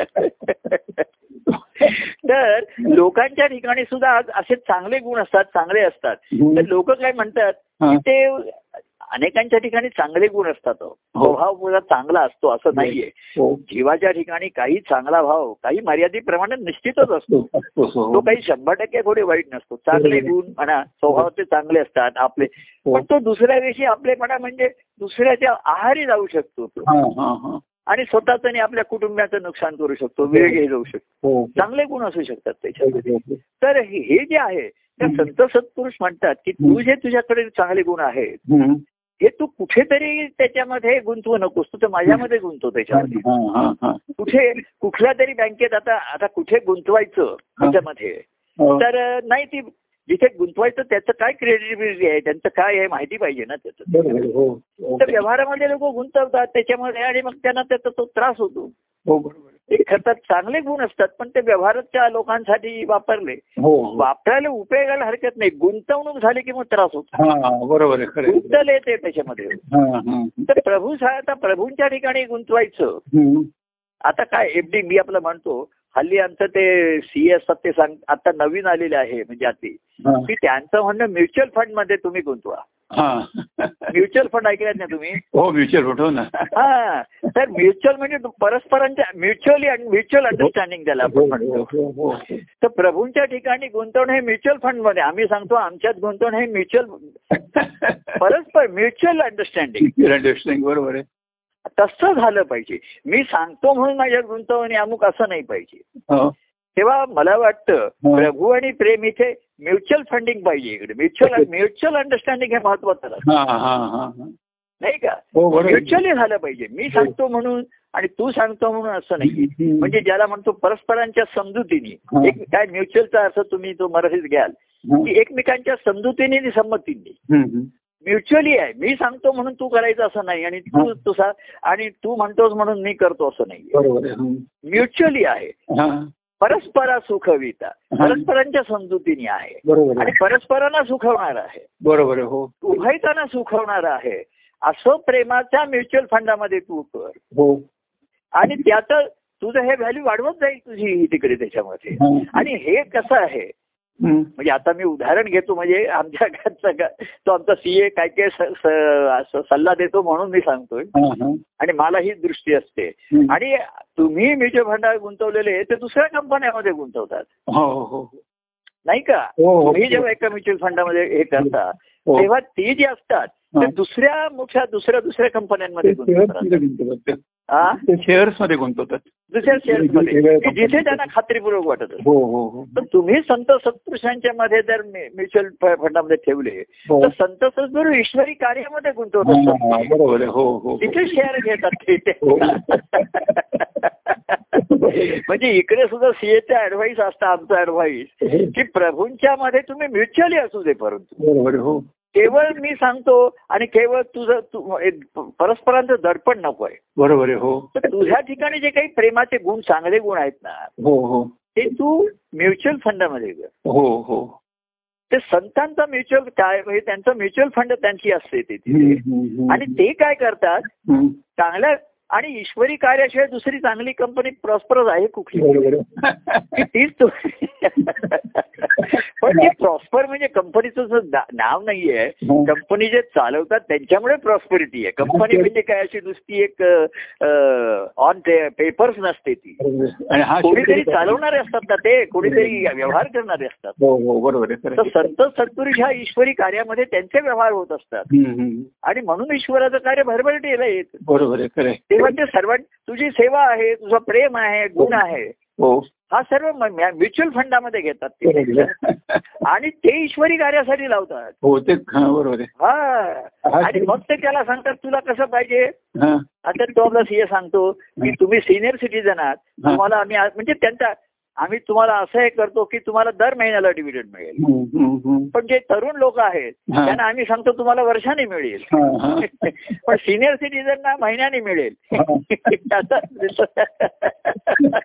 तर लोकांच्या ठिकाणी सुद्धा आज असे चांगले गुण असतात चांगले असतात तर हम्म. लोक काय म्हणतात हा. की ते अनेकांच्या ठिकाणी चांगले गुण असतात हो. हो. स्वभाव पुरा चांगला असतो असं नाहीये हो जीवाच्या ठिकाणी काही चांगला भाव काही मर्यादित प्रमाणात निश्चितच असतो हो, हो, हो. तो काही शंभर टक्के थोडे वाईट नसतो चांगले बरोबर. गुण म्हणा स्वभाव ते चांगले असतात आपले हो. पण तो दुसऱ्याविषयी आपलेपणा म्हणजे दुसऱ्याच्या आहारी जाऊ शकतो तो हा, हा, हा. आणि स्वतःच आणि आपल्या कुटुंबाचं नुकसान करू शकतो वेळ घेऊ जाऊ शकतो हो चांगले गुण असू शकतात त्याच्यामध्ये हो, हो. तर हे हे जे आहे त्या हं. संत सत्पुरुष म्हणतात की तू जे तुझ्याकडे चांगले गुण आहेत हम्म. हे तू कुठेतरी त्याच्यामध्ये गुंतवू नकोस तू तर माझ्यामध्ये गुंतव त्याच्यामध्ये हा, हा, हा. कुठे कुठल्या तरी बँकेत आता आता कुठे गुंतवायचं त्याच्यामध्ये हो. तर नाही ती जिथे गुंतवायचं त्याचं काय क्रेडिबिलिटी आहे त्यांचं काय आहे माहिती पाहिजे ना त्याचं बरोबर आहे. हो हो. तर व्यवहारामध्ये लोक गुंतवतात त्याच्यामध्ये आणि मग त्यांना त्याचा तो त्रास होतो हो बरोबर आहे. ते खतात चांगले गुण असतात पण ते व्यवहाराच्या लोकांसाठी वापरले हो हो. वापरायला उपयोगाला हरकत नाही गुंतवणूक झाली की मग त्रास होतो हा बरोबर आहे खरं आहे. गुंतले ते त्याच्यामध्ये हा, हा. तर प्रभू सा- आता प्रभूंच्या ठिकाणी गुंतवायचं हम्म. आता काय एफडी मी आपलं म्हणतो हल्ली आमचं ते सीए असतात ते सांग आता नवीन आलेले आहे म्हणजे आधी हा. की त्यांचं म्हणणं म्युच्युअल फंड मध्ये तुम्ही गुंतवा हा. म्युच्युअल फंड ऐकल्यात ना तुम्ही हो म्युच्युअल फंड हो ना हा तर म्युच्युअल म्हणजे परस्परांच्या म्युच्युअली म्युच्युअल अंडरस्टँडिंग त्याला आपण म्हणतो हो, हो, हो. तर प्रभूंच्या ठिकाणी गुंतवणं हे म्युच्युअल फंड मध्ये आम्ही सांगतो आमच्यात गुंतवणं हे म्युच्युअल परस्पर म्युच्युअल अंडरस्टँडिंग Mutual understanding, बरोबर आहे तसं झालं पाहिजे मी सांगतो म्हणून माझ्या गुंतवणी अमुक असं नाही पाहिजे हो. तेव्हा मला वाटतं हो. प्रभू आणि प्रेम इथे म्युच्युअल फंडिंग पाहिजे इकडे म्युच्युअल म्युच्युअल अंडरस्टँडिंग हे महत्वाचं राहतं. हा, हा, हा, हा. नाही का हो बरोबर आहे. म्युच्युअली झालं पाहिजे मी सांगतो म्हणून आणि तू सांगतो म्हणून असं नाही हम्म. म्हणजे ज्याला म्हणतो परस्परांच्या समजुतीने हा. एक काय म्युच्युअलचा अर्थ तुम्ही तो मराठीत घ्याल हा. की एकमेकांच्या समजुतीने आणि संमतीने हम्म. म्युच्युअली आहे मी सांगतो म्हणून तू करायचं असं नाही आणि तू हा. तुझा आणि तू म्हणतोस म्हणून मी करतो असं नाही बरोबर आहे हम्म. म्युच्युअली आहे हा. परस्परा सुखविता परस्परांच्या समजुतीने आहे बरोबर आणि आहे परस्परांना सुखवणार आहे बरोबर आहे हो उभयताना सुखवणार आहे असं प्रेमाच्या म्युच्युअल फंडामध्ये तू कर हो आणि त्यात तुझं हे व्हॅल्यू वाढवत जाईल तुझी ही तिकडे त्याच्यामध्ये हा. आणि हे कसं आहे हम्म. म्हणजे आता मी उदाहरण घेतो म्हणजे आमच्या घरचा ग- तो आमचा सीए काय काय स- स- असं सल्ला देतो म्हणून मी सांगतोय हा, हा. आणि मला ही दृष्टी असते हम्म. आणि तुम्ही म्युच्युअल फंडात गुंतवलेले ते दुसऱ्या कंपन्यामध्ये गुंतवतात हो हो हो नाही का हो, हो. तुम्ही जेव्हा एका म्युच्युअल फंडामध्ये हे करता हो. तेव्हा ते जे असतात ते हा. दुसऱ्या मोठ्या दुसऱ्या दुसऱ्या कंपन्यांमध्ये ते गुंतवतात शेअर्समध्ये गुंतवतात हा? ते शेअर्समध्ये गुंतवतात दुसऱ्या shares मध्ये वेगवेगळ्या की जिथे company त्यांना खात्रीपूर्वक वाटत असतं हो हो हो तर तुम्ही संत सत्पुरुषांच्या मध्ये जर म्युच्युअल फंडामध्ये ठेवले हो. तर संत सद्गुरू ईश्वरी कार्यामध्ये गुंतवत हा, हा, असतात बरोबर आहे. हो हो तिथे शेअर घेतात ते ते. हो. म्हणजे इकडे सुद्धा सीएचा ऍडव्हाइस असतं आमचा ऍडव्हाइस की प्रभूंच्या मध्ये तुम्ही म्युच्युअली असू दे परंतु बरोबर आहे. हो केवळ मी सांगतो आणि केवळ तुझं तू- एक परस्परांचं दडपण नकोय बरोबर आहे. हो तर तुझ्या ठिकाणी जे काही प्रेमाचे गुण चांगले गुण आहेत ना हो हो ते तू म्युच्युअल फंडामध्ये कर हो हो ते संतांचा म्युच्युअल काय म्हणजे त्यांचा म्युच्युअल फंड त्यांची असते हम्म, तिथे हम्म, हम्म. आणि ते काय करतात हम्म. चांगल्या आणि ईश्वरी कार्याशिवाय दुसरी चांगली कंपनी प्रॉस्परस आहे कुठली बरोबर आहे. की तीच तू पण ते प्रॉस्पर म्हणजे कंपनीचं जर ना- नाव नाहीये हो. कंपनी जे चालवतात त्यांच्यामुळे प्रॉस्पेरिटी आहे कंपनी म्हणजे काय अशी नुसती एक ऑन पेपर्स नसते ती बरोबर आहे. आणि हा कोणीतरी शेतकरी- चालवणारे असतात ना ते कोणीतरी व्यवहार करणारे असतात हो हो बरोबर आहे खरं तर आहे. संत सत्पुरुष ह्या ईश्वरी कार्यामध्ये त्यांचे व्यवहार होत असतात हम्म, हम्म. आणि म्हणून ईश्वराचं कार्य भरभरटीला येत बरोबर आहे खरं आहे. तेव्हा ते सर्व तुझी सेवा आहे तुझा प्रेम आहे गुण आहे हो हा सर्व म्युच्युअल फंडामध्ये घेतात ते बरोबर आहे. आणि ते ईश्वरी कार्यासाठी लावतात हो ते हा, बरोबर आहे हा हा, आणि ते- मग ते त्याला सांगतात तुला कसं पाहिजे हा, आता तो आपला सीए सांगतो की तुम्ही सिनियर सिटीजन आहात हा. तुम्हाला आम्ही आज- म्हणजे त्यांचा आम्ही तुम्हाला असं हे करतो की तुम्हाला दर महिन्याला डिव्हिडंड मिळेल हम्म, हम्म, हम्म. पण जे तरुण लोक आहेत हा. त्यांना आम्ही सांगतो तुम्हाला वर्षाने मिळेल हा, हा. पण सिनियर सिटीजनना महिन्याने मिळेल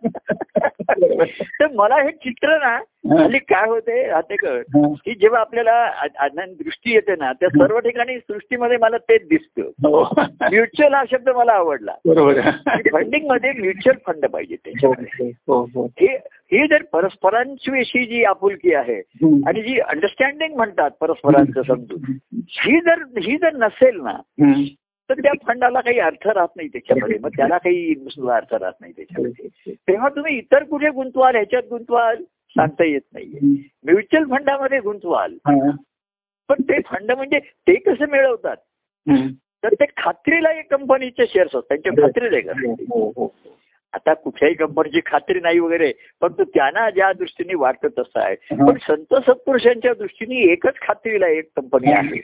तर मला हे चित्र ना हल्ली काय होते हातेकर हा. हो. की जेव्हा आपल्याला आ- आज्ञान दृष्टी येते ना त्या सर्व ठिकाणी सृष्टीमध्ये मला तेच दिसतं हो म्युच्युअल हा शब्द मला आवडला बरोबर आहे. फंडिंग मध्ये म्युच्युअल फंड पाहिजे हो त्याच्यामध्ये हो हो हे ही जर परस्परांविषयी जी आपुलकी आहे हम्म. आणि जी अंडरस्टँडिंग म्हणतात परस्परांचं समजून ही जर ही जर नसेल ना हम्म. तर त्या फंडाला काही अर्थ राहत नाही त्याच्यामध्ये मग त्याला काही सुद्धा अर्थ राहत नाही त्याच्यामध्ये तेव्हा तुम्ही इतर कुठे गुंतवाल ह्याच्यात गुंतवाल सांगता येत नाहीये हम्म. म्युच्युअल फंडामध्ये गुंतवाल हा. पण ते फंड म्हणजे ते कसं मिळवतात हम्म. तर ते खात्रीला एक कंपनीचे शेअर्स असतात त्यांची खात्री का हो हो आता कुठल्याही कंपनीची खात्री नाही वगैरे परंतु त्यांना ज्या दृष्टीने वाटत तसं आहे हो. पण संत सत्पुरुषांच्या दृष्टीने एकच खात्रीला एक कंपनी आहे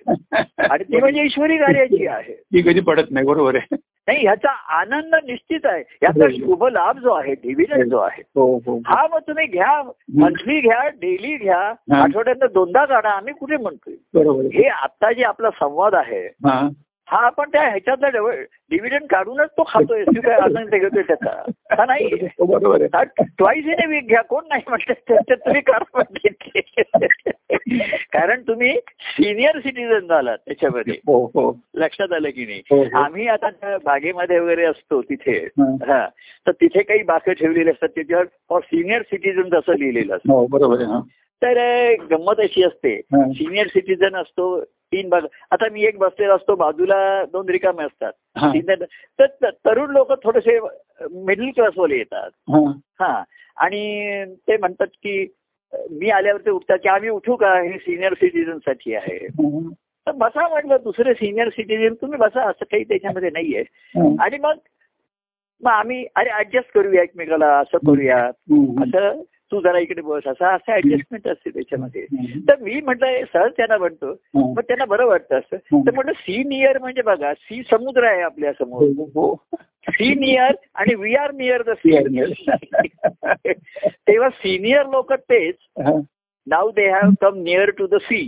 आणि ती म्हणजे ईश्वरी कार्याची आहे ती कधी पडत नाही बरोबर आहे नाही ह्याचा आनंद निश्चित आहे याचा शुभ लाभ जो आहे डिव्हिजन जो आहे हो हो हा मग तुम्ही घ्या मंथली घ्या डेली घ्या हा. हो. आठवड्यातनं दोनदा काढा आम्ही कुठे म्हणतोय बरोबर आहे. हे आता जे आपला संवाद आहे हा हा आपण त्या ह्याच्यातला डिव्हिडंड काढूनच तो खातोय तू काय आनंद घेतोय त्याचा हा नाही हो, बरोबर आहे ट्वाईस इन अ वीक घ्या कोण नाही म्हटलं त्याच्यात तुम्ही करा म्हणते. कारण तुम्ही सिनियर सिटीजन झालात त्याच्यामध्ये हो हो लक्षात आलं की नाही हो, हो. आम्ही आता त्या बागेमध्ये वगैरे असतो तिथे हा. हा तर तिथे काही बाकं ठेवलेली असतात त्याच्यावर फॉर सिनियर सिटीजन असं लिहिलेलं असतं हो बरोबर आहे हा तर अं, गंमत अशी असते हा. सिनियर सिटीजन असतो तीन बाग आता मी एक बसलेला असतो बाजूला दोन रिकामे असतात हा. तीन- तर त- तरुण लोक थोडेसे मिडल क्लासवाले येतात हा. हा आणि ते म्हणतात की अ, मी आल्यावर ते उठतात की आम्ही उठू का हे सिनियर सिटीजन साठी आहे हा. तर बसा म्हटलं दुसरे सिनियर सिटीजन तुम्ही बसा असं काही त्याच्यामध्ये नाहीये हा. आणि मग मग आम्ही अरे ऍडजस्ट करूया एकमेकाला असं करूया हम्म. असं तू जरा इकडे बस असं असं ऍडजस्टमेंट असते त्याच्यामध्ये हम्म. तर मी म्हटलं सहज त्यांना म्हणतो हा. मग त्यांना बरं वाटतं असं हं. तर म्हटलं सी नियर म्हणजे बघा सी समुद्र आहे आपल्या समोर हो, हो. सी नियर आणि we are near the sea Clear मिळेल. तेव्हा सिनियर लोक तेच हा. नाव they have come near to the sea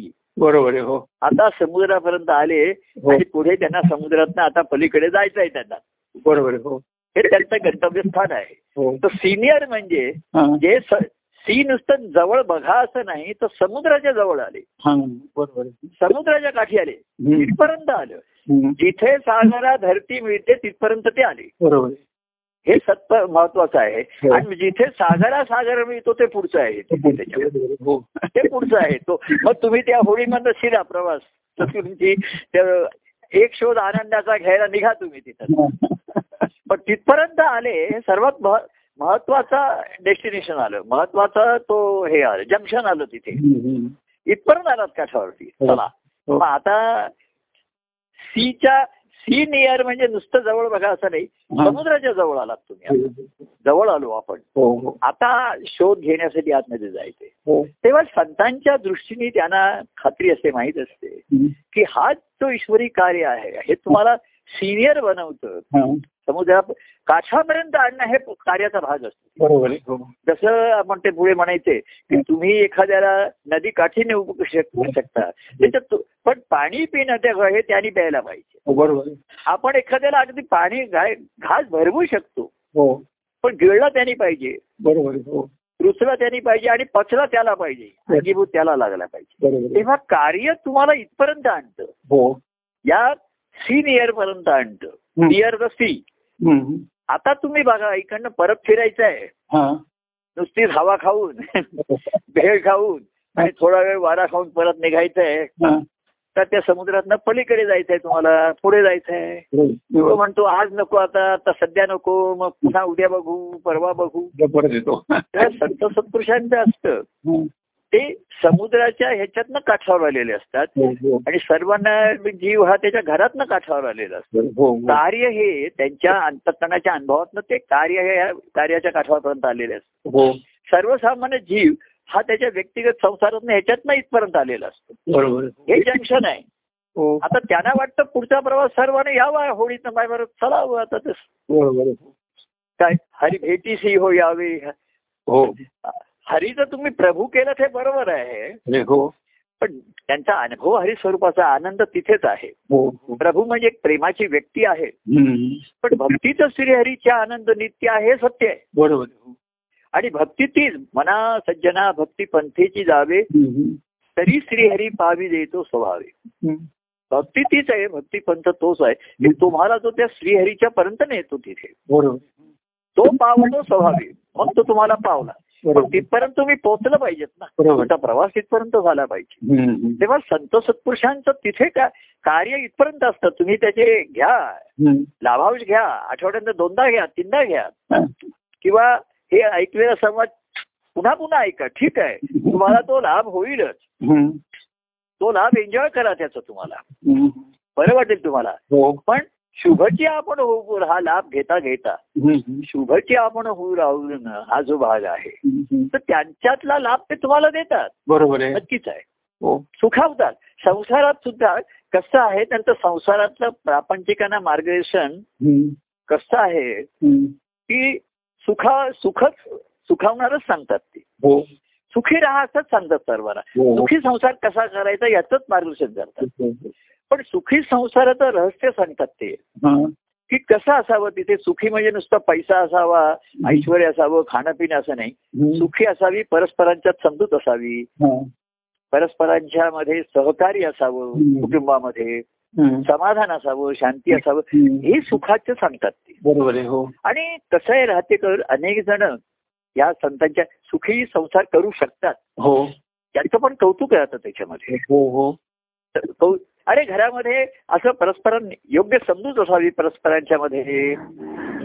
बरोबर आहे हो आता समुद्रापर्यंत आले हो आणि पुढे त्यांना समुद्रात आता पलीकडे जायचं आहे त्यांना बरोबर आहे हो हे त्यांचं गंतव्य स्थान आहे हो तर सिनियर म्हणजे हा. जे सी नुसतं जवळ बघा असं नाही तर समुद्राच्या जवळ आले हा. बरोबर आहे. समुद्राच्या काठी आले हम्म. तिथपर्यंत आलं हम्म. जिथे सागरा धरती मिळते तिथपर्यंत ते आले बरोबर आहे. हे सत्य महत्वाचं आहे हो. आणि जिथे सागरा सागर मिळतो ते पुढचं आहे त्याच्यामध्ये हो ते पुढचं आहे तो मग तुम्ही त्या होळीमधनं शिरा प्रवास तर तुमची त्या- एक शोध हो. आनंदाचा घ्यायला निघा तुम्ही तिथं हा. पण तिथपर्यंत आले हे सर्वात मह- महत्वाचा डेस्टिनेशन आलं महत्वाचा तो हे आलं जंक्शन आलं तिथे इथपर्यंत आलात काठावरती हो. चला हो. मग आता सीच्या सी नियर म्हणजे नुसतं जवळ बघा असं नाही हा. समुद्राच्या जवळ आलात तुम्ही आता. जवळ आलो आपण हो हो आता शोध घेण्यासाठी आतमध्ये जायचे हो तेव्हा संतांच्या दृष्टीने त्यांना खात्री असते माहीत असते हम्म. की हाच जो ईश्वरी कार्य आहे हे तुम्हाला सिनियर बनवतं हा. समुद्रा काठापर्यंत आणणं हे कार्याचा भाग असतो बरोबर आहे हो जसं आपण ते पुढे म्हणायचे की तुम्ही एखाद्याला नदी काठी नेऊ शक- शकता त्याच्यात तो- पण पाणी पिणं त्या हे त्याने प्यायला पाहिजे हो, बरोबर आहे आपण एखाद्याला अगदी पाणी घा- घास भरवू शकतो हो पण गिळला त्याने पाहिजे बरोबर आहे हो रुचला त्याने पाहिजे आणि पचला त्याला पाहिजे अंगीभूत त्याला लागला पाहिजे बरोबर आहे तेव्हा कार्य तुम्हाला इथपर्यंत आणतं हो या सी नियर पर्यंत आणतं हं. Near the sea hmm. आता तुम्ही बघा इकडनं परत फिरायचं आहे हा नुसतीच हवा खाऊन भेळ खाऊन आणि थोडा वेळ वारा खाऊन परत निघायचं आहे हा. तर त्या समुद्रातनं पलीकडे जायचंय तुम्हाला पुढे जायचंय तो बरोबर. म्हणतो आज नको आता आता सध्या नको मग पुन्हा उद्या बघू परवा बघू परत येतो तर संत सत्पुरुषांचं असतं हं. ते समुद्राच्या ह्याच्यातनं काठावर आलेले असतात हो, हो. आणि सर्वांना जीव हा त्याच्या घरातनं काठावर आलेला असतो हो, हो. कार्य हे त्यांच्या अंतकरणाच्या अनुभवातनं ते कार्य हे या कार्याच्या काठावरपर्यंत आलेले असतात हो. सर्वसामान्य जीव हा त्याच्या व्यक्तिगत संसारातून ह्याच्यातनं इथपर्यंत आलेला असतो बरोबर आहे. हे जंक्शन आहे हो आता त्यांना वाटतं पुढचा प्रवास सर्वांनी यावा होळीतनं बाय बरं चलावं आता ते बरोबर आहे. काय हरी भेटीसी हो यावे हो हरीचं तुम्ही प्रभू केलं ते बरोबर आहे अरे हो पण त्यांचा अनुभव हरी स्वरूपाचा आनंद तिथेच आहे हो हो. प्रभू म्हणजे एक प्रेमाची व्यक्ती आहे हम्म. पण भक्तीचं श्रीहरीच्या आनंद नित्य आहे हे सत्य आहे बरोबर आहे. हो. आणि भक्ती तीच मना सज्जना भक्ती पंथेची जावे हम्म. तरी श्रीहरी पावी देतो स्वभावे हम्म. भक्ती तीच आहे भक्ती पंथ तोच आहे की तुम्हाला जो त्या श्रीहरीच्या पर्यंत नेतो तिथे बरोबर तो पावतो स्वभावी मग तो तुम्हाला पावला पण बरोबर तिथपर्यंत तुम्ही पोहोचलं पाहिजेत ना बरोबर. तुमचा प्रवास तिथपर्यंत झाला पाहिजे हम्म. तेव्हा संत सत्पुरुषांचं तिथे का कार्य इथपर्यंत असतं तुम्ही त्याचे घ्या हम्म. लाभांश घ्या आठवड्यात दोनदा घ्या तीनदा घ्या हा. किंवा हे ऐकलेला संवाद पुन्हा पुन्हा ऐका ठीक आहे तुम्हाला तो लाभ होईलच हम्म. तो लाभ एन्जॉय करा त्याचा तुम्हाला हम्म. बरं वाटेल तुम्हाला हो पण शुभची आपण होऊ हा लाभ घेता घेता हम्म. शुभची आपण होऊ राहून हा जो भाग आहे हम्म. तर त्यांच्यातला लाभ ते तुम्हाला देतात बरोबर आहे नक्कीच आहे हो सुखावतात संसारात सुद्धा कसं आहे त्यांचं संसारातलं प्रापंचिकांना मार्गदर्शन हम्म. कसं आहे हम्म. की सुखा सुखच सुखावणारच सांगतात ते हो सुखी राहा असंच सांगतात सर्वांना हो सुखी संसार कसा करायचा याचंच मार्गदर्शन करतात पण सुखी संसाराचं रहस्य सांगतात ते हा. की कसं असावं तिथे सुखी म्हणजे नुसता पैसा असावा ऐश्वर असावं खाणं पिणं असं नाही हम्म. सुखी असावी परस्परांच्यात समजूत असावी हा. परस्परांच्या मध्ये सहकार्य असावं हम्म. कुटुंबामध्ये हम्म. समाधान असावं शांती असावं हम्म. हे सुखाचं सांगतात ते बरोबर आहे हो आणि कसं आहे राहते कर अनेक जण या संतांच्या सुखी संसार करू शकतात हो त्यांचं पण कौतुक राहतं त्याच्यामध्ये हो हो तर कौ- अरे घरामध्ये असं परस्परांनी योग्य समजूत असावी परस्परांच्या मध्ये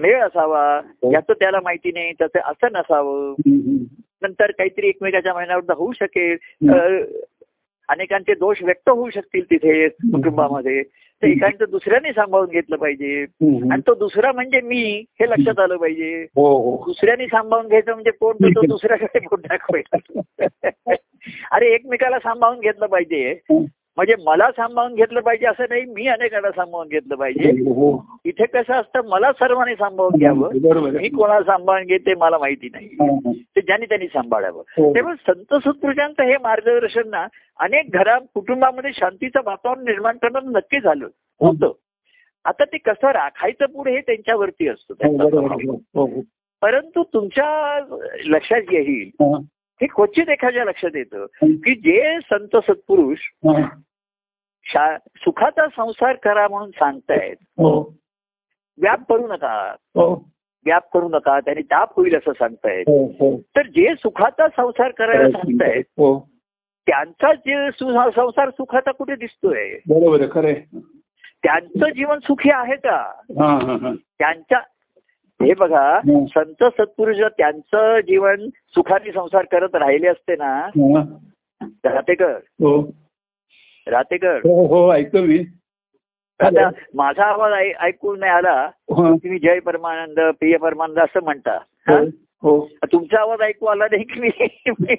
मेळ असावा हो. याचं त्याला माहिती नाही त्याचं असं नसावं हम्म. नंतर काहीतरी एकमेकाच्या महिन्यावर होऊ शकेल अं, अनेकांचे दोष व्यक्त होऊ शकतील तिथे कुटुंबामध्ये तर एकांचं दुसऱ्याने सांभाळून घेतलं पाहिजे हम्म. आणि तो दुसरा म्हणजे मी हे लक्षात आलं पाहिजे हो हो दुसऱ्याने सांभाळून घ्यायचं म्हणजे कोण तर तो दुसऱ्याकडे कोण दाखवायचं अरे एकमेकाला सांभाळून घेतलं पाहिजे म्हणजे मला सांभाळून घेतलं पाहिजे असं नाही मी अनेकांना सांभाळून घेतलं पाहिजे हो इथे कसं असतं मला सर्वांनी सांभाळून घ्यावं बरोबर मी आहे कोणाला सांभाळून घेते मला माहिती नाही हा, हा. ते ज्याने त्यांनी सांभाळावं हो. तेव्हा संत सत्पुरुषांचं हे मार्गदर्शन ना अनेक घरा कुटुंबामध्ये शांतीचं वातावरण निर्माण करणं नक्की झालं होतं आता ते कसं राखायचं पुढे हे त्यांच्यावरती असतं हो, त्यांचा बरोबर स्वभाव. आहे. हो, हो. परंतु तुमच्या लक्षात येईल हा, हे क्वचित एखाद्या लक्षात येतं की जे संत सत्पुरुष हा. शा- सुखाचा संसार करा म्हणून सांगतायत हो व्याप करू नका हो व्याप करू नका त्याने ताप होईल असं सांगतायत हो हो तर जे सुखाचा संसार करायला सांगतायत हो त्यांचा जे सु- संसार सुखाचा कुठे दिसतोय बरोबर आहे खरं आहे त्यांचं जीवन सुखी आहे का हा हा हा त्यांच्या हे बघा हं. संत सत्पुरुष जर त्यांचं जीवन सुखाने संसार करत राहिले असते ना हा. राहतेकर हो राहतेकर हो हो ऐकतो मी आता माझा आवाज ऐ- ऐकून नाही आला हा. तुम्ही जय परमानंद प्रिय परमानंद असं म्हणता हा? हो हो तुमचा आवाज ऐकू आला नाही की मी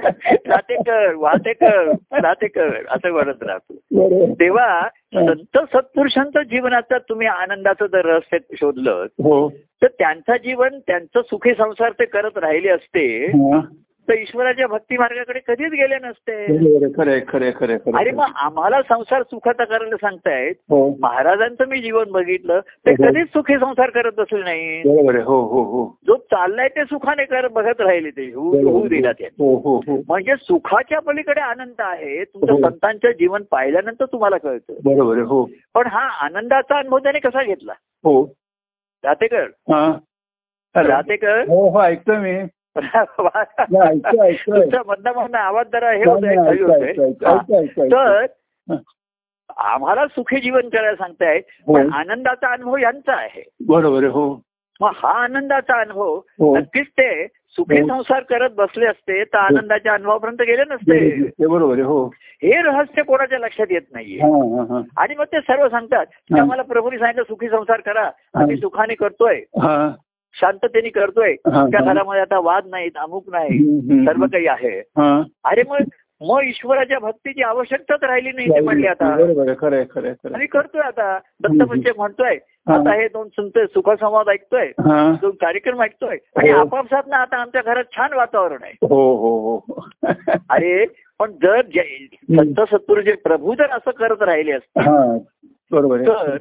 राहतेकर वाहतेकर राहतेकर असं म्हणत राहतो बरोबर. तेव्हा संत सत्पुरुषांचं जीवनाचं तुम्ही आनंदाचं जर रहस्य शोधलं हो तर त्यांचं जीवन त्यांचं सुखी संसार ते करत राहिले असते हा. तर ईश्वराच्या भक्ती मार्गाकडे कधीच गेले नसते बरोबर आहे. खरं आहे, खरं आहे, खरं आहे, खरं अरे आहे. मग आम्हाला संसार सुखाचा करायला सांगतायत हो महाराजांचं मी जीवन बघितलं ते हो. कधीच सुखी संसार करत बसले नाही बरोबर आहे. हो हो हो जो चाललाय ते सुखाने कर बघत राहिले ते होऊ होऊ दिला ते हो हो हो म्हणजे सुखाच्या पलीकडे आनंद आहे तुमच्या हो. संतांचं जीवन पाहिल्यानंतर तुम्हाला कळतं बरोबर आहे. हो पण हा आनंदाचा अनुभव त्याने कसा घेतला हो रातेकर हा हॅलो. रातेकर हो हो ऐकतोय मी नाही, ऐकतोय ऐकतोय तुमचा मधन मधन आवाज जरा हे नाही, होतोय नाही, खाली ऐकतोय, होतोय. ऐकतोय, हा. ऐकतोय, ऐकतोय, ऐकतोय. तर आम्हाला सुखी जीवन करायला सांगताय हो. पण आनंदाचा अनुभव यांचा आहे बरोबर आहे. हो मग हा आनंदाचा अनुभव हो नक्कीच ते सुखी हो. संसार करत बसले असते तर आनंदाच्या अनुभवापर्यंत गेले नसते बरोबर आहे. बरोबर आहे. हो हे रहस्य कोणाच्या लक्षात येत नाहीये हा हा हा आणि मग ते सर्व सांगतात की हा. आम्हाला प्रभूने सांगितलं सुखी संसार करा आम्ही सुखाने करतोय हा शांततेने करतोय हा, त्या हा. घरामध्ये आता वाद नाहीत अमुक नाही हम्म, हम्म, सर्व हम्म. काही आहे हा. अरे मग मग ईश्वराच्या भक्तीची आवश्यकताच राहिली नाही ते म्हणले आता बरोबर आहे. खरं आहे, खरं आहे, खरं आहे. आणि करतोय आता दत्तपंच म्हणतोय हा. आता हे दोन सुनतोय सुखसंवाद ऐकतोय हा दोन कार्यक्रम ऐकतोय आणि हो. आपापसात ना आता आमच्या घरात छान वातावरण आहे हो हो हो अरे पण जर जे- संत सत्पुरुषे प्रभू जर असं करत राहिले असते हा बरोबर आहे. तर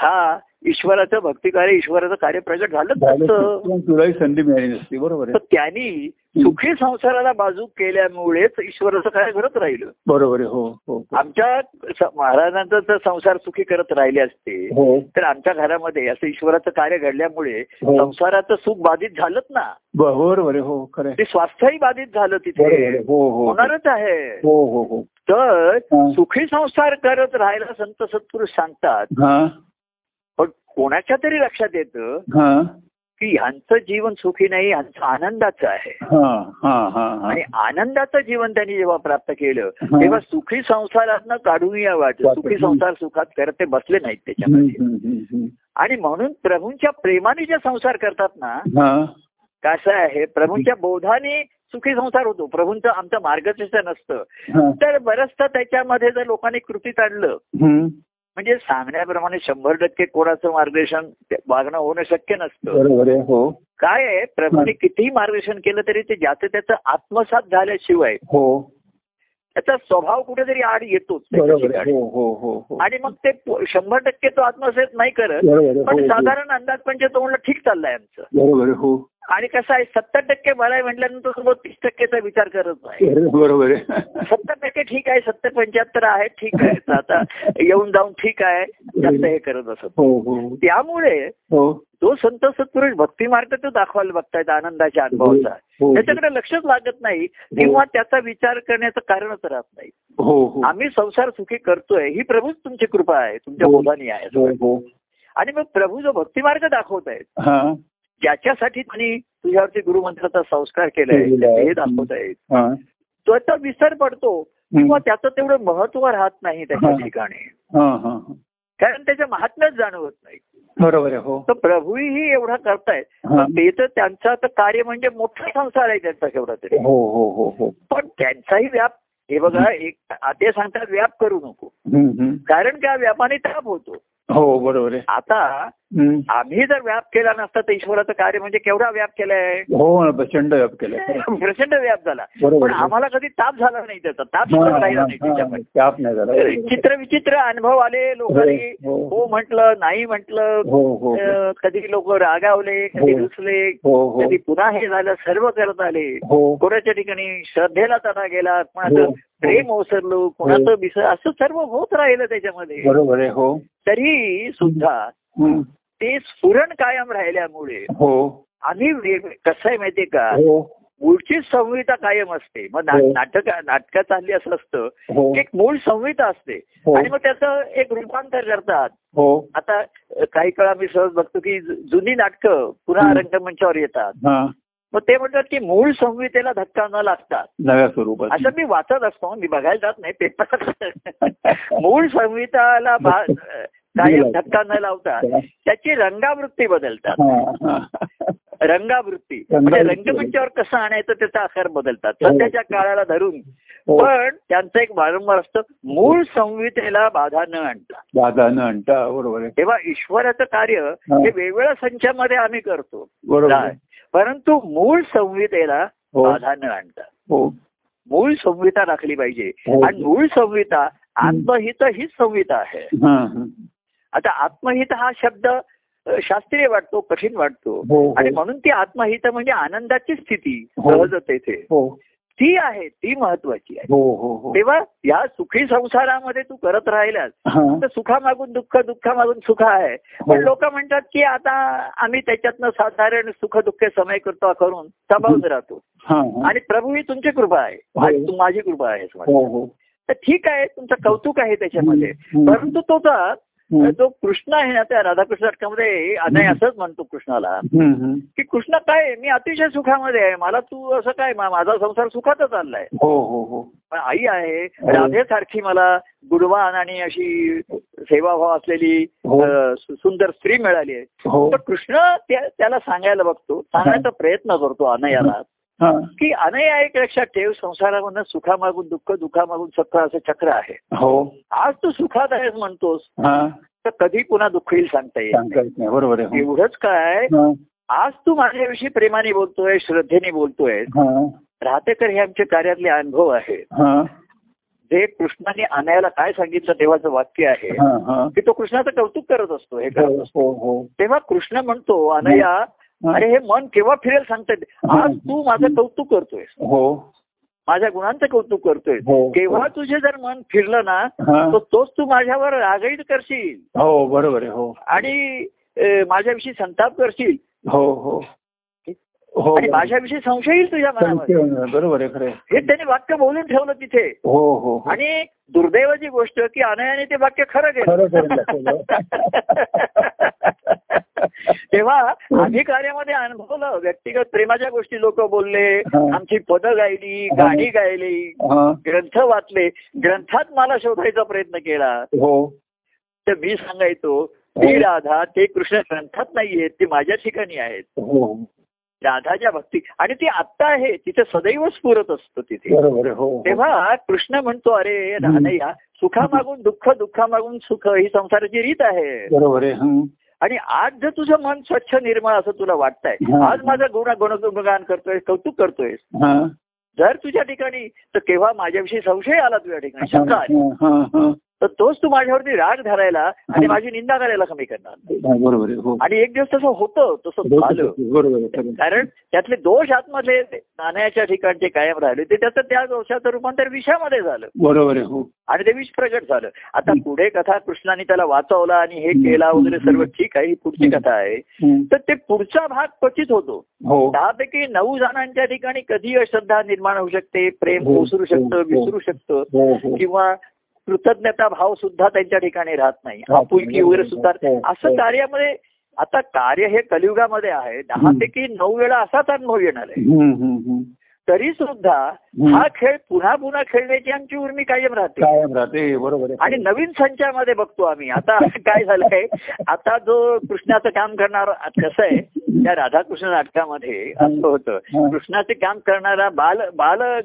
हा ईश्वराचं भक्ती कार्य ईश्वराचं कार्य प्रगट झालंच झालं असतं तर तुलाही संधी मिळाली नसती बरोबर तर आहे त्यांनी सुखी संसाराला बाजू केल्यामुळेच ईश्वराचं कार्य घडत राहिलं बरोबर आहे हो हो हो. आमच्या स- महाराजांचा जर संसार सुखी करत राहिले असते हो तर आमच्या घरामध्ये असं ईश्वराचं कार्य घडल्यामुळे हो. संसाराचं सुख बाधित झालंच ना बरोबर आहे हो खरं आहे. ते स्वास्थ्यही बाधित झालं बरोबर आहे. तिथे हो हो होणारच आहे हो हो हो तर हा. सुखी संसार करत राहायला संत सत्पुरुष सांगतात हा पण कोणाच्या तरी लक्षात येतं हा की ह्यांचं जीवन सुखी नाही ह्यांचं आनंदाचं आहे हा हा हा हा आणि आनंदाचं जीवन त्यांनी जेव्हा प्राप्त केलं हा. तेव्हा सुखी संसारातनं काढून या वाटलं वाटलं. सुखी संसार सुखात करत ते बसले नाहीत हम्म, त्याच्यामध्ये हम्म, हम्म, हम्म. आणि म्हणून प्रभूंच्या प्रेमाने जे संसार करतात ना हा कसं आहे प्रभूंच्या बोधाने सुखी संसार होतो प्रभूंचं आमचं मार्गदर्शन असतं हा तर बरंचसं त्याच्यामध्ये जर लोकांनी कृतीत आणलं हम्म. म्हणजे सांगण्याप्रमाणे शंभर टक्के कोणाचं मार्गदर्शन ते- वागणं होणं शक्य नसतं बरोबर आहे हो काय आहे प्रभूने हा. कितीही मार्गदर्शन केलं तरी ते ज्याचं त्याचं आत्मसात झाल्याशिवाय हो त्याचा स्वभाव कुठेतरी आड येतोच त्याच्या बरोबर आहे ठिकाणी. हो हो हो हो आणि मग ते पो- शंभर टक्के तो आत्मसात नाही करत बरोबर आहे. पण हो, हो. साधारण अंदाज म्हणजे तो म्हणलं ठीक चाललाय आमचं बरोबर आहे. हो आणि कसं आहे सत्तर टक्के भराय म्हटल्यानंतर तो तीस टक्केचा विचार करत नाही बरोबर आहे सत्तर टक्के ठीक आहे सत्तर पंच्याहत्तर आहे ठीक आहे तर आता येऊन जाऊन ठीक आहे जास्त हे करत असत हो हो त्यामुळे हो जो संत सत्पुरुष भक्ती मार्ग तो दाखवायला बघतायत आनंदाच्या अनुभवाचा हो त्याच्याकडे लक्षच लागत नाही किंवा त्याचा विचार करण्याचं कारणच राहत नाही हो हो आम्ही संसार सुखी करतोय ही प्रभूच तुमची कृपा आहे तुमच्या हो. बोधानी आहे हो हो आणि मग प्रभू जो भक्तिमार्ग दाखवत आहेत हा ज्याच्यासाठी त्यांनी तुझ्यावरती गुरुमंत्राचा संस्कार केलाय केलेला आहे. हे दाखवत आहेत हा तो आता विसर पडतो किंवा हम्म. त्याचं तेवढं महत्व राहत नाही त्याच्या हा. ठिकाणी हा हा हा. कारण त्याच्या महात्म्याच जाणवत नाही बरोबर आहे हो तर प्रभूही एवढा करतायत हा. ते तर त्यांचं आता कार्य म्हणजे मोठा संसार आहे त्यांचा केवढा तरी हो हो हो हो पण त्यांचाही व्याप हे बघा एक ते सांगतात व्याप करू नको हम्म, हम्म. कारण त्या व्यापाने ताप होतो हो बरोबर आहे आता हम्म. आम्ही जर व्याप केला नसता तर ईश्वराचं कार्य म्हणजे केवढा व्याप केलाय हो ना, प्रचंड व्याप केलाय खरं. प्रचंड व्याप झाला बरोबर पण आहे. आम्हाला कधी ताप झाला नाही त्याचा ताप हा, सुद्धा हा, राहिला नाही हा, त्याच्यामध्ये ताप नाही झाला चित्र विचित्र अनुभव आले लोकांनी हो, हो. हो म्हटलं नाही म्हटलं हो हो अं, कधी लोक रागावले कधी हो. रुसले हो हो कधी पुन्हा हे झालं सर्व करत आले हो कोणाच्या ठिकाणी श्रद्धेला तारा गेला हो, कोणाचं हो. प्रेम ओसरलो कोणाचं बिस असं सर्व होत राहिलं त्याच्यामध्ये बरोबर आहे हो तरी सुद्धा हम्म. ते स्फुरण कायम राहिल्यामुळे हो आम्ही वेग- कसं आहे माहितीये का हो मूळचीच संहिता कायम असते मग ना- हो. नाटक नाटकात हल्ली असं असतं हो की एक मूळ संहिता असते हो आणि मग त्याचं एक रूपांतर करतात हो आता अ, काही काळा मी सहज बघतो की जु- जुनी नाटकं पुन्हा हं. रंगमंचावर येतात हा मग ते म्हणतात की मूळ संहितेला धक्का न लागतात नव्या स्वरूपात असं मी वाचत असतो मी बघायला जात नाही पेपर मूळ संहिताला भा- अ, कायम धक्का न लावता त्याची रंगावृत्ती बदलतात हा, हा. रंगावृत्ती म्हणजे रंगावृत्ती. रंगमंचावर कसं आणायचं त्याचा आकार बदलतात हो. सध्याच्या काळाला धरून हो पण त्यांचं एक वारंवार असतं मूळ संहितेला बाधा न आणता दादा न आणता बरोबर आहे तेव्हा ईश्वराचं कार्य हे वेगवेगळ्या संख्यामध्ये आम्ही करतो बरोबर आहे. परंतु मूळ संहितेला हो बाधा न आणता हो मूळ संहिता राखली पाहिजे हो. आणि मूळ संहिता आत्महित हीच संहिता आहे हा, हा. आता आत्महित हा शब्द अ, शास्त्रीय वाटतो कठीण वाटतो हो, हो. आणि म्हणून ती आत्महित म्हणजे आनंदाची स्थिती हो. सहजतेचे हो ती आहे ती महत्वाची आहे हो हो हो तेव्हा या सुखी संसारामध्ये तू करत राहिलास हा. तर सुखा मागून दुःख दुःख मागून सुख आहे हो. पण लोक म्हणतात की आता आम्ही त्याच्यातनं साधारण सुख दुःख समय करतो करून हो. दबावून राहतो हा, हा. आणि प्रभू ही तुमची कृपा आहे आणि तू- माझी कृपा आहे समजा. हो हो तर ठीक आहे तुमचं कौतुक आहे त्याच्यामध्ये हम्म. परंतु तोचा हम्म. जो कृष्ण आहे ना त्या राधाकृष्ण नाटकामध्ये अनय असंच म्हणतो कृष्णाला हम्म, हम्म. की कृष्ण काय आहे? मी अतिशय सुखामध्ये आहे मला तू असं काय मा- माझा संसार सुखाचा चाललाय हो हो हो पण आई आहे राधेसारखी मला गुणवान आणि अशी सेवाभाव असलेली हो. अ, सु- सुंदर स्त्री मिळाली आहे हो तर कृष्ण त्या- त्याला सांगायला बघतो सांगण्याचा प्रयत्न करतो अनयाला हा की अनया एक लक्षात ठेव संसारामधनं सुखामागून दुःख दुःखामागून सुख असं चक्र आहे हो आज तू सुखात आहेस म्हणतोस हा तर कधी पुन्हा दुःख येईल सांगता येईल सांगता येत नाही बरोबर नाही. आहे हो. एवढंच काय हा, आज तू माझ्याविषयी प्रेमाने बोलतोय श्रद्धेने बोलतोय हा, राहतेकर हे आमचे कार्यातले अनुभव आहेत हा, जे कृष्णाने अनयाला काय सांगितलं तेव्हाचं वाक्य आहे हा, हा. की तो कृष्णाचं कौतुक करत असतो हे करत हो असतो हो हो तेव्हा कृष्ण म्हणतो अनया हा. अरे हे मन केव्हा फिरेल सांगतात आज तू माझं कौतुक करतोय हो माझ्या गुणांचं कौतुक करतोय हो. केव्हा तुझे जर मन फिरलं ना हा. तर तोच तू माझ्यावर रागही करशील हो बरोबर आहे हो आणि अ, माझ्याविषयी संताप करशील हो हो हो आणि माझ्याविषयी संशय येईल तुझ्या मनामध्ये संशय- बरोबर आहे खरं आहे. हे त्याने वाक्य बोलून ठेवलं तिथे हो हो हो. आणि दुर्दैवाची गोष्ट की अनयाने ते वाक्य खरं खरं केलं करून दाखवलं. तेव्हा हो. आधी कार्यामध्ये अनुभवलं व्यक्तिगत प्रेमाच्या गोष्टी लोक बोलले हा. आमची पदं गायली हा. गाणी गायली हा ग्रंथ वाचले ग्रंथात मला शोधायचा प्रयत्न केला हो तर मी सांगायचो ती राधा ते कृष्ण ग्रंथात नाहीयेत ती माझ्या ठिकाणी आहेत हो राधाच्या भक्ती आणि ती आत्ता आहे तिथे सदैव स्फुरत असतो तिथे बरोबर आहे हो हो. तेव्हा कृष्ण म्हणतो अरे राधया सुखामागून दुःख दुःखामागून सुख ही संसाराची रीत आहे बरोबर आहे हं. आणि आज जर तुझं मन स्वच्छ निर्मळ असं तुला वाटतंय हा. आज माझा गुण गुणगान करतोय कौतुक करतोयस हा जर तुझ्या ठिकाणी तर केव्हा माझ्याविषयी संशय आला तुझ्या ठिकाणी शंका आली हा, हा, हा. तर तोच तू माझ्यावरती राग धरायला आणि माझी निंदा करायला कमी करणार बरोबर आहे हो आणि एक दिवस तसं होतं तसं झालं बरोबर आहे खरं आहे. कारण त्यातले दोष आतमधले नाण्याच्या ठिकाणचे कायम राहिले ते त्याचं त्या दोषाचं रूपांतर विषामध्ये झालं बरोबर आहे हो आणि ते विष प्रगट झालं आता पुढे कथा कृष्णाने त्याला वाचवला आणि हे केला वगैरे सर्व ठीक आहे ही पुढची कथा आहे हं. तर ते पुढचा भाग क्वचित होतो हो दहापैकी नऊ जणांच्या ठिकाणी कधी अश्रद्धा निर्माण होऊ शकते प्रेम हो, ओसरू शकतं हो, हो. विसरू शकतं हो हो किंवा कृतज्ञता भाव सुद्धा त्यांच्या ठिकाणी राहत नाही राहत आपुलकी नाही. वगैरे सुद्धा हो, हो. असं कार्यामध्ये आता कार्य हे कलियुगामध्ये आहे दहापैकी नऊ वेळा असाच अनुभव येणार आहे हं, हं, हं. तरी सुद्धा हम्म. हा खेळ पुन्हा पुन्हा खेळण्याची आमची उर्मी कायम राहते कायम राहते बरोबर आहे आणि नवीन संचामध्ये बघतो आम्ही आता काय झालंय आता जो कृष्णाचं काम करणार कसं आहे त्या राधाकृष्ण नाटकामध्ये असं होतं हं. कृष्णाचे काम करणारा बाल बाल अ,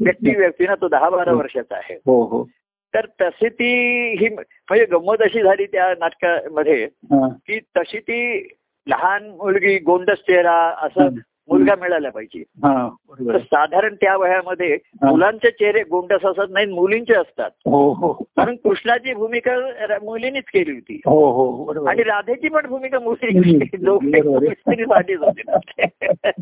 व्यक्ती व्यक्ती ना तो दहा बारा वर्षाचा आहे हो हो तर तशी ती ही म्हणजे गंमत अशी झाली त्या नाटकामध्ये हा. की तशी ती लहान मुलगी गोंडस चेहरा असं हं. मुलगा मिळाला पाहिजे हा तर बरोबर आहे. साधारण त्या वयामध्ये मुलांचे चेहरे गोंडस असत नाही मुलींचे असतात हो हो म्हणून कृष्णाची भूमिका रा- मुलीनेच केली होती हो हो बरोबर आणि आहे. राधेची पण भूमिका मुलीने केली. दोघे बरोबर आहे. मुलीने वाढली होती.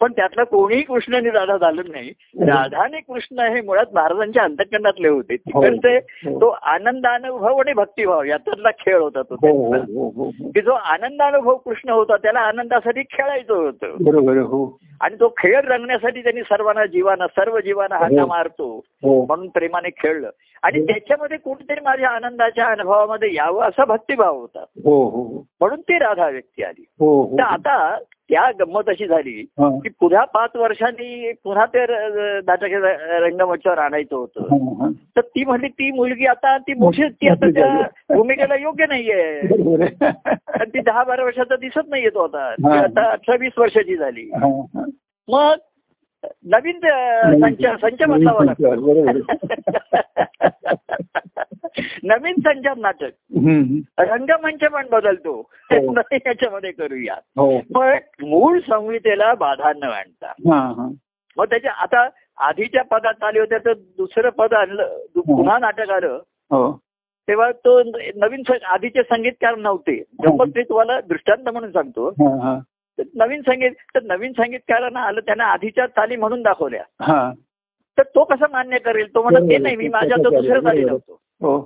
पण त्यातला कोणीही कृष्ण आणि राधा झालं नाही राधा आणि कृष्ण हे मुळात महाराजांच्या अंतकरणातले होते हो. तिकडचे हो. तो आनंदानुभव आणि भक्तिभाव यातला खेळ होता तो हो, त्यांचा. हो, हो, हो. की जो आनंदानुभव कृष्ण होता त्याला आनंदासाठी खेळायचं होतं बरोबर हो आणि तो खेळ रंगण्यासाठी त्यांनी सर्वांना जीवाना सर्व जीवाना हाका हो. मारतो हो म्हणून प्रेमाने खेळलं आणि हो. त्याच्यामध्ये कुठेतरी माझ्या आनंदाच्या अनुभवामध्ये यावं असा भक्तिभाव होता हो हो म्हणून ती राधा व्यक्ती आली हो तर हो आता त्या गंमत अशी झाली हा. की पुन्हा पाच वर्षांनी पुन्हा ते र- नाटक रंगमंचावर आणायचं होतं हा, हा. तर ती म्हणली ती मुलगी आता ती मोठी ती आता त्या भूमिकेला योग्य नाहीये बरोबर आहे. आणि ती दहा बारा वर्षाचा दिसत नाहीये तो आता ती हा. आता अठरा वीस वर्षाची झाली हा, हा. मग नवीन अ, संच संच नवीन बसावा लागतो संचावर, बरोबर आहे. नवीन संचात नाटक हम्म. रंगमंच पण बदलतो हो. नाही त्याच्यामध्ये करूया हो पण मूळ संहितेला बाधा न आणता हा हा मग त्याच्या आता आधीच्या पदात आले होते तर दुसरं पद आणलं दु- हो. पुन्हा नाटक आलं हो तेव्हा तो न- नवीन सं- आधीचे संगीतकार नव्हते हो. गंमत मी तुम्हाला दृष्टांत म्हणून सांगतो हा हा तर नवीन संगीत तर नवीन संगीतकारांना आलं त्यांना आधीच्या चाली म्हणून दाखवल्या हा तर तो कसं मान्य करेल तो म्हणत ते नाही मी माझ्या तो दुसऱ्या चाली लावतो हो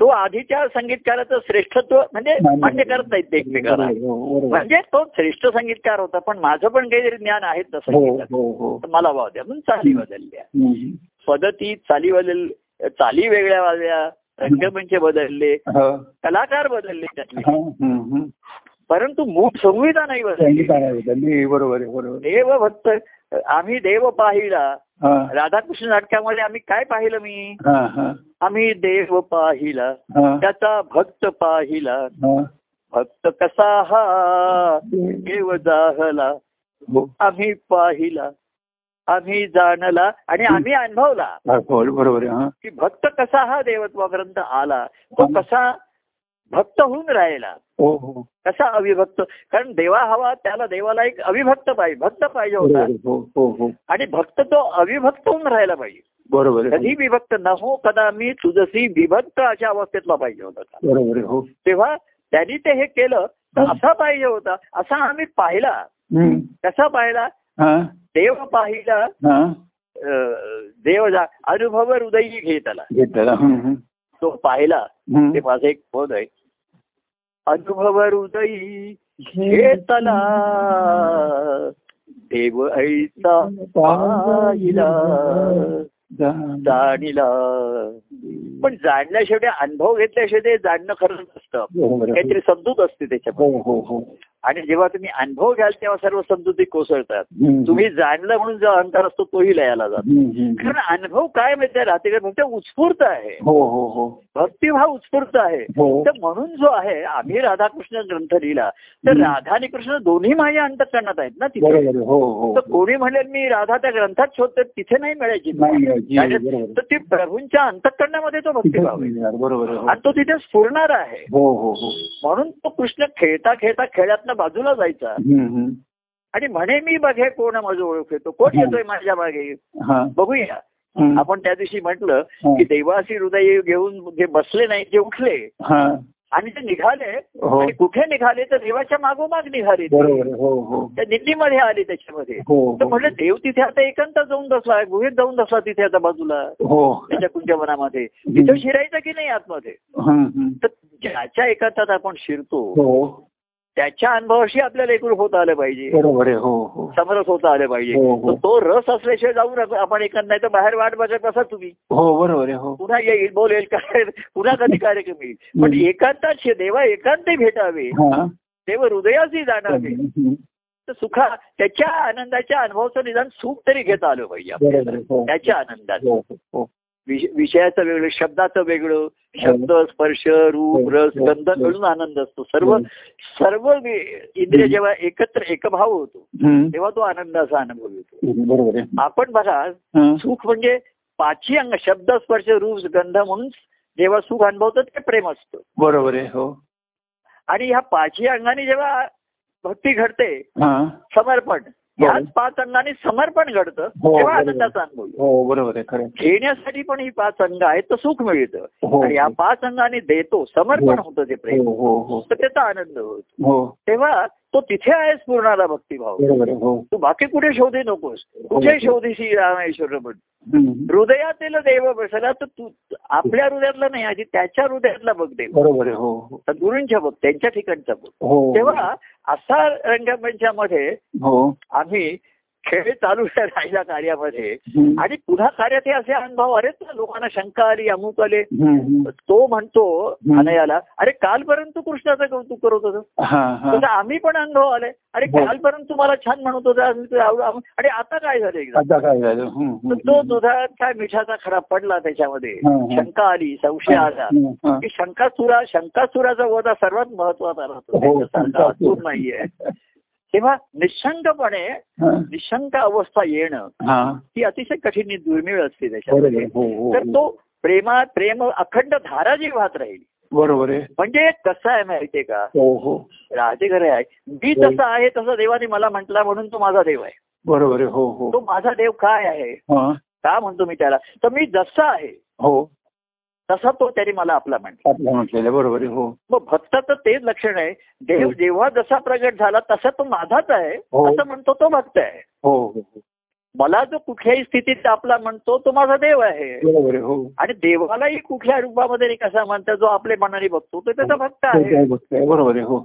तो आधीच्या संगीतकाराचं श्रेष्ठत्व म्हणजे मान्य मान्य करत नाहीत ते एकमेकाला बरोबर, हो, बरोबर. म्हणजे तो श्रेष्ठ संगीतकार होता पण माझं पण काहीतरी ज्ञान आहे तसं हो संगीताचं. हो हो तर मला वाव द्या म्हणून चाली बदलल्या हम्म. पद्धती चाली बदल चाली वेगळ्या वाजल्या रंगमंच बदलले हो. कलाकार बदलले त्यातले हा, हम्म, हम्म. परंतु मूळ संविधा नाही बदलली संगीत आहे होतं. नाही, बरोबर आहे बरोबर आहे. देव भक्त आम्ही देव पाहिला हा राधाकृष्ण नाटकामध्ये आम्ही काय पाहिलं मी हा हा आम्ही देव पाहिला हा त्याचा भक्त पाहिला हा. भक्त कसा हा देव जाहला हो. आम्ही पाहिला आम्ही जाणला आणि आम्ही अनुभवला हा, बोल, बरोबर आहे हा की भक्त कसा हा देवत्वापर्यंत आला तो कसा भक्त होऊन राहिला हो हो कसा अविभक्त कारण देवा हवा त्याला देवाला एक अविभक्त पाहिजे भक्त पाहिजे बरोबर होता आहे. हो हो हो आणि भक्त तो अविभक्त होऊन राहायला पाहिजे बरोबर आहे कधी विभक्त न हो कदा मी तुझसी विभक्त अशा अवस्थेतला पाहिजे होता बरोबर आहे हो तेव्हा त्यांनी ते हे केलं तर असा पाहिजे होता असा आम्ही पाहिला हम्म. कसा पाहिला हा देव पाहिला हा अं, देव जा अनुभव हृदयी घेत आला घेतला हम्म, हम्म. तो पाहिला हम्म. ते माझं एक पद आहे अनुभव हृदयी घेतला देव ऐसा पाहिला जा. जाणीला पण जाणल्या शेवटी अनुभव घेतल्याशिवाय ते जाणणं खरंच असतं बरोबर आहे. काहीतरी समजूत असते त्याच्यामध्ये हो हो हो आणि जेव्हा तुम्ही अनुभव घ्याल तेव्हा सर्व समजुती कोसळतात हम्म. तुम्ही जाणलं म्हणून जो अंतर असतो तोही लयाला जातो हम्म, हम्म. कारण अनुभव काय माहिती राहते का फक्त उत्स्फूर्त आहे हो हो हो भक्तिभाव उत्स्फूर्त आहे हो तर म्हणून जो आहे आम्ही राधाकृष्ण ग्रंथ लिहिला तर हम्म. राधा आणि कृष्ण दोन्ही माझ्या अंतकरणात आहेत ना तिथे बरोबर आहे. हो हो तर कोणी म्हणेल मी राधा त्या ग्रंथात शोधते तिथे नाही मिळायची नाही मिळायची. कारण- बरोबर आहे. तर ती प्रभूंच्या अंतकरणामध्ये तो तिथेच भक्तिभाव आहे मिळणार. बरोबर आहे. आणि तो तिथे स्फुरणार आहे हो हो हो म्हणून तो कृष्ण खेळता खेळता खेळातनं बाजूला जायचा हम्म, हम्म. आणि म्हणे मी बघे कोण माझं ओळख येतो कोण हम्म. येतोय माझ्या मागे हा बघूया हो. हम्म. हो. आपण त्या दिवशी म्हटलं हा. की देवासी हृदय घेऊन जे बसले नाही ते उठले हा आणि ते निघाले हो आणि कुठे निघाले तर देवाच्या मागोमाग निघाले बरोबर आहे. हो हो त्या दिल्लीमध्ये आले त्याच्यामध्ये हो तर हो म्हटलं देव तिथे आता एकांता जाऊन बसला गुहेत जाऊन बसला तिथे आता बाजूला हो त्याच्या कुंजवनामध्ये तिथं शिरायचं की नाही आतमध्ये हम्म, हम्म. तर ज्याच्या एकांतात आपण शिरतो हो त्याच्या अनुभवाशी आपल्याला एकरूप होता आलं पाहिजे बरोबर आहे हो हो समरस होता आलं पाहिजे हो, हो. तर तो रस असल्याशिवाय जाऊ नका आपण एकांत नाही तर बाहेर वाट बघत असा तुम्ही हो बरोबर आहे हो पुन्हा येईल बोलेल काय पुन्हा कधी कार्यक्रम येईल पण हम्म. हो. एकांतात शे- देवा एकांत भेटावे हा देव हृदयाशी जाणावे हम्म. तर सुखा त्याच्या आनंदाच्या अनुभवाचं निदान सुख तरी घेता आलं पाहिजे बरोबर आहे. आपल्याला. हो त्याच्या आनंदात हो हो, हो विष- विषयाचं वेगळं शब्दाचं वेगळं शब्द स्पर्श रूप हो, रस हो, गंध हो. मिळून आनंद असतो सर्व सर्व वि- इंद्रिय जेव्हा एकत्र एकभाव होतो हम्म. तेव्हा तो आनंदाचा अनुभव येतो हम्म, बरोबर आहे आपण बघा हा. सुख म्हणजे पाची अंग शब्द स्पर्श रूप गंध म्हणून जेव्हा सुख अनुभवतं ते प्रेम असतं बरोबर आहे हो आणि ह्या पाची अंगाने जेव्हा भक्ती घडते हा समर्पण ह्याच पाच अंगाने समर्पण घडतं हो, तेव्हा बरोबर. आनंदाचा अनुभव येतो. हो बरोबर आहे खरं आहे. घेण्यासाठी पण ही पाच अंग आहेत तर सुख मिळतं हो आणि या पाच अंगाने देतो समर्पण हो. होतं ते हो प्रेम हो हो तर त्याचा आनंद होतो हो तेव्हा तो तिथे आहेस पूर्णाला भक्तिभाव बरोबर आहे हो तू बाकी कुठे शोधे नकोस कुठे शोधेशी रामेश्वर रमण हम्म. हृदयातील देव बसला तर तू आपल्या हृदयातला नाही आधी त्याच्या हृदयातला बघ देव बरोबर आहे हो हो. सद्गुरूंच्या बघ त्यांच्या ठिकाणचा बघ हो तेव्हा असा रंगमंचामध्ये हो आम्ही खेळ चालू राहिला कार्यामध्ये हम्म. आणि पुन्हा कार्यात हे असे अनुभव अरे लोकांना शंका आली अमुक आले हम्म, हम्म. तो म्हणतो हम्म. अनयाला अरे कालपर्यंत तू कृष्णाचं कौतुक करत होतं हा हा तसं आम्ही पण अनुभव आले अरे हो. कालपर्यंत कालपर्यंत तुम्हाला छान म्हणत होता आणि आता काय झालं एकदा आता काय झालं हम्म, हम्म, तो हम्म. दुधा काय मिठाचा खराब पडला त्याच्यामध्ये हा, हा. शंका आली संशय आला हम्म, हा. की शंकासुरा शंकासुराचा वध हा सर्वात महत्वाचा राहतो हो, त्याच्यासारखा शंकासुर. असूर नाहीये तेव्हा निशंकपणे हा. निशंक अवस्था येणं हा. ही अतिशय कठीण दुर्मिळ असते बरोबर त्याच्यामध्ये आहे. हो हो, तर हो तो प्रेमा प्रेम अखंड धारा जी वाहत राहील बरोबर आहे म्हणजे कसं आहे माहितीये का हो हो राहते खरे आहे मी हो. जसा आहे तसा देवाने मला म्हटला म्हणून तो माझा देव आहे बरोबर आहे हो हो तो माझा देव काय आहे हा. का म्हणतो मी त्याला तर मी जसा आहे हो तसा तो त्याने मला आपला म्हटला आपलं म्हटलेलं बरोबर आहे हो मग भक्ताचं तेच लक्षण आहे देव हो. जेव्हा जसा प्रगट झाला तसा तो माझाच आहे हो. असं म्हणतो तो भक्त आहे हो हो हो. मला जो कुठल्याही स्थितीत आपला म्हणतो तो माझा देव आहे बरोबर आहे हो आणि देवालाही कुठल्या रूपामध्ये नाही कसा म्हणतात जो आपले मनाने बघतो तो त्याचा भक्त ते आहे काय बघताय. बरोबर आहे हो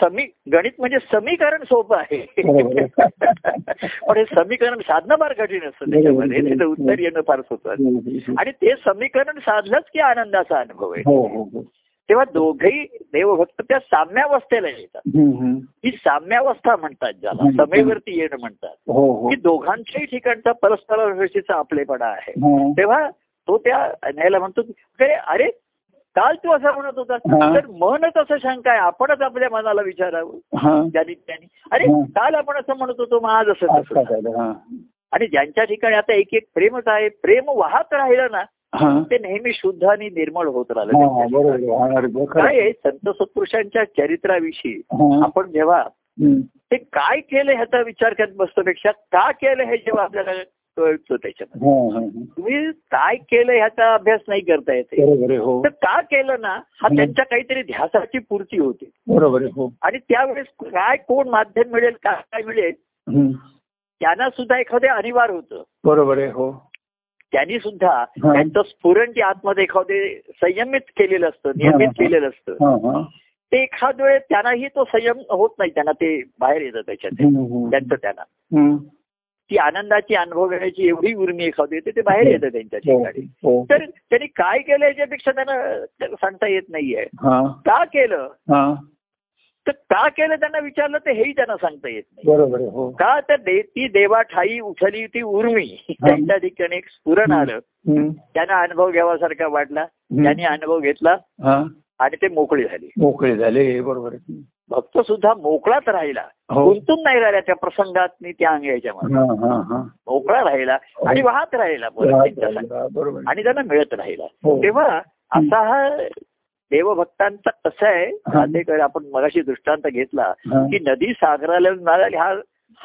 समी गणित म्हणजे समीकरण सोपं आहे बरोबर आहे. पण हे समीकरण साधणं फार कठीण असतं त्याच्यामध्ये त्याचं उत्तर येणं फार सोपं असतं. आणि ते समीकरण साधलंच की आनंदाचा अनुभव आहे हो हो हो तेव्हा दोघेही देवभक्त त्या साम्यावस्थेला येतात हम्म, हम्म. ही साम्यावस्था म्हणतात ज्याला हम्म. समेवरती येणं म्हणतात हो हो की दोघांच्याही ठिकाणचा परस्पराविषयीचा आपलेपणा आहे हा. तेव्हा तो त्या न्यायला म्हणतो की, "अरे, अरे काल तू असं म्हणत होता हा. तर मनच असं शंका आहे आपणच आपल्या मनाला विचारावं हा. ज्यांनी त्यांनी अरे हा. काल आपण असं म्हणत होतो मग आज असं आज तसं काय झालं." झालं हा आणि ज्यांच्या ठिकाणी आता एक एक प्रेमच आहे प्रेम वाहत राहिलं ना हा ते नेहमी शुद्ध आणि निर्मळ होत राहिलं हा, त्यांच्या बरोबर ठिकाणी. आहे. होणार आहे. खरं काय आहे. आहे, संत सत्पुरुषांच्या चरित्राविषयी हा. आपण जेव्हा हम्म. ते काय केलं ह्याचा विचार करत बसण्यापेक्षा का केलं हे जेव्हा आपल्याला कळतो त्याच्यामध्ये हा, हा, हा. तुम्ही काय केलं ह्याचा अभ्यास नाही करता येते बरोबर आहे हो तर का केलं ना हा हं. त्यांच्या काहीतरी ध्यासाची पूर्ती होते बरोबर आहे हो आणि त्यावेळेस काय कोण माध्यम मिळेल काय काय मिळेल हम्म. त्यांना सुद्धा एखादे अनिवार्य होतं बरोबर आहे हो त्यांनी सुद्धा त्यांचं स्फुरण जे आतमध्ये एखादे संयमित केलेलं असतं नियमित हं. केलेलं असतं हा, हा. ते एखाद वेळ त्यांनाही तो संयम होत नाही त्यांना ते बाहेर येतं त्याच्यात हम्म, हम्म. त्यांचं त्यांना हम्म. ती आनंदाची अनुभव घेण्याची एवढी उर्मी एखादी येते ते बाहेर येतं त्यांच्या हो, ठिकाणी हो. तर त्यांनी काय केलं याच्यापेक्षा त्यांना सांगता येत नाहीये हा, का केलं हा. तर का केलं त्यांना विचारलं तर हेही त्यांना सांगता येत नाही बरोबर आहे हो का तर दे- ती देवा ठाई उठली ती उर्मी त्यांच्या ठिकाणी एक स्फुरण आलं हम्म. त्यांना अनुभव घ्यावासारखा वाटला हम्म. त्यांनी अनुभव घेतला हा. आणि ते मोकळे झाले मोकळे झाले बरोबर आहे भक्त सुद्धा मोकळाच राहिला हो गुंतून नाही राहिला त्या प्रसंगात आणि त्या अंगाच्या हा, हा, हा. मोकळा राहिला हो. आणि वाहत राहिला परत राहत त्यांच्या राहिलं. हा, बरोबर संग. आहे. आणि त्यांना मिळत राहिला हो. तेव्हा असा हा देवभक्तांचा कसा आहे राहतेकर आपण मगाशी दृष्टांत घेतला हा. की नदी सागराला मिळाली हा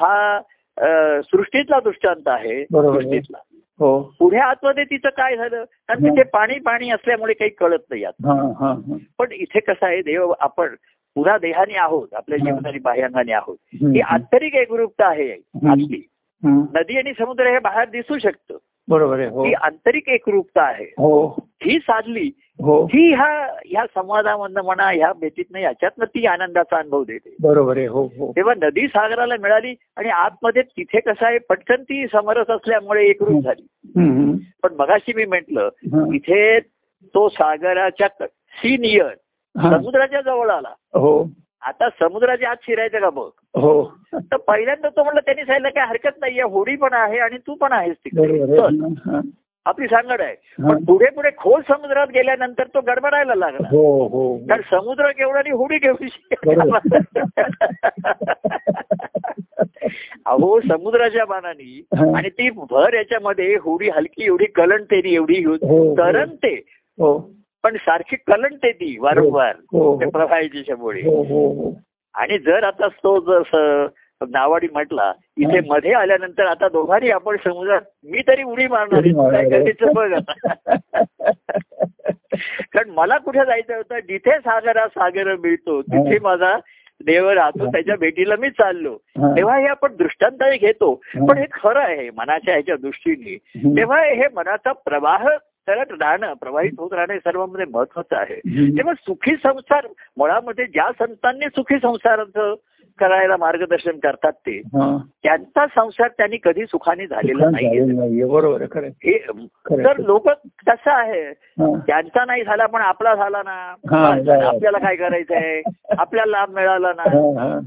हा अ, सृष्टीतला दृष्टांत आहे बरोबर आहे. सृष्टीतला हो पुढे आतमध्ये तिचं काय झालं कारण हा. तिथे पाणी पाणी असल्यामुळे काही कळत नाही आता हा, हा, हा. पण इथे कसं आहे देव आपण पुन्हा देहाने आहोत आपल्या हा. जीवनाने बाह्यांगाने आहोत हम्म. ही आंतरिक एकरूपता आहे आतली हम्म. नदी आणि समुद्र हे बाहेर दिसू शकतं बरोबर आहे हो ही आंतरिक एकरूपता आहे हो ही साधली हो ही ह्या ह्या संवादामधनं म्हणा ह्या भेटीतनं याच्यातनं ती आनंदाचा अनुभव देते बरोबर आहे हो हो तेव्हा नदी सागराला मिळाली आणि आतमध्ये तिथे कसं आहे पटकन ती समरस असल्यामुळे एकरूप झाली हम्म. पण मगाशी मी म्हंटल हा, इथे तो सागराच्या सिनियर हा. समुद्राच्या जवळ आला हो आता समुद्राच्या आत शिरायचं का बघ हो तर पहिल्यांदा तो म्हणलं त्यांनी सांगितलं काय हरकत नाहीये होडी पण आहे आणि तू पण आहेस तिकडे बरोबर चल, आहे हा, आपली सांगड आहे हा. पण पुढे पुढे खोल समुद्रात गेल्यानंतर तो गडबडायला लागला हो हो कारण समुद्र केवढा आणि होडी केवढी अहो समुद्राच्या बाणानी हा. आणि ती भर याच्यामध्ये होडी हलकी एवढी कलंटते ती एवढी हो, हो. तरंगते हो पण सारखी कलंटते ती वारंवार हो हो त्या प्रवाहाच्यामुळे हो हो आणि जर आता तो जर स- नावाडी म्हटला इथे हा. मध्ये आल्यानंतर आता दोघांनी आपण समुद्रात मी तरी उडी मारणार उडी आहे. तू काय मारणार आहे. करायचं बघ आता कारण मला कुठे जायचं होतं जिथे सागरा सागर मिळतो तिथे माझा देव राहतो हा. त्याच्या भेटीला मी चाललो हा. तेव्हा हे आपण दृष्टांताने घेतो हा. पण हे खरं आहे मनाच्या ह्याच्या दृष्टीने हम्म. तेव्हा हे मनाचा प्रवाह करत राहणं प्रवाहित होत राहणं हे सर्वांमध्ये महत्वाचं आहे हम्म. तेव्हा सुखी संसार मुळामध्ये ज्या संतांनी सुखी संसाराचं करायला मार्गदर्शन करतात ते हा. त्यांचा संसार त्यांनी कधी सुखाने झालेला दुकान नाही झालेलं नाहीये. बरोबर आहे, खरं आहे. हे खरं तर आहे. लोक कसं आहे हा. त्यांचा नाही झाला पण आपला झाला ना हा, बस, आपल्याला काय करायचंय आपल्याला लाभ मिळाला हा, ना हा,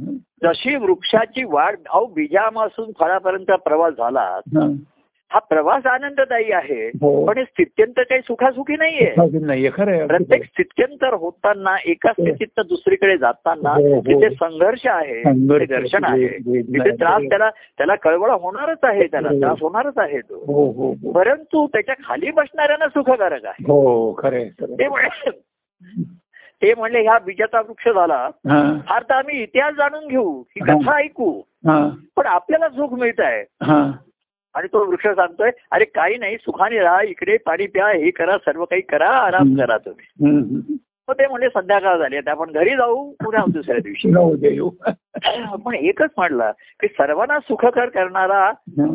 जशी वृक्षाची वाढ अहो बीजामासून फळापर्यंत प्रवास झाला हा. हा प्रवास आनंददायी आहे हो. पण हे स्थित्यंतर काही सुखासुखी नाहीये अजून नाहीये, खरं आहे. प्रत्येक स्थित्यंतर होताना एका स्थितीत दुसरीकडे जाताना हो, हो. तिथे संघर्ष आहे संघर्ष, तिथे घर्षण आहे वेद- वेदना तिथे आहे. त्रास त्याला त्याला कळवळा होणारच आहे त्याला हो. त्रास होणारच आहे तो हो हो हो. परंतु त्याच्या खाली बसणाऱ्यांना सुखकारक आहे हो हो, खरं आहे, खरं आहे. ते म्हण- ते म्हणले ह्या बीजाचा वृक्ष झाला हा, फार तर आम्ही इतिहास जाणून घेऊ ही हा. कथा ऐकू हा, पण आपल्याला सुख मिळत आहे हा. आणि तो वृक्ष सांगतोय अरे काही नाही सुखाने राहा इकडे पाणी प्या हे करा सर्व काही करा आराम हम्म. करा तुम्ही हम्म, हम्म. मग ते म्हणजे संध्याकाळ झाली आता आपण घरी जाऊ पुन्हा दुसऱ्या दिवशी शिला उद्या येऊ. पण एकच म्हणला की सर्वांना सुखकर करणारा हा,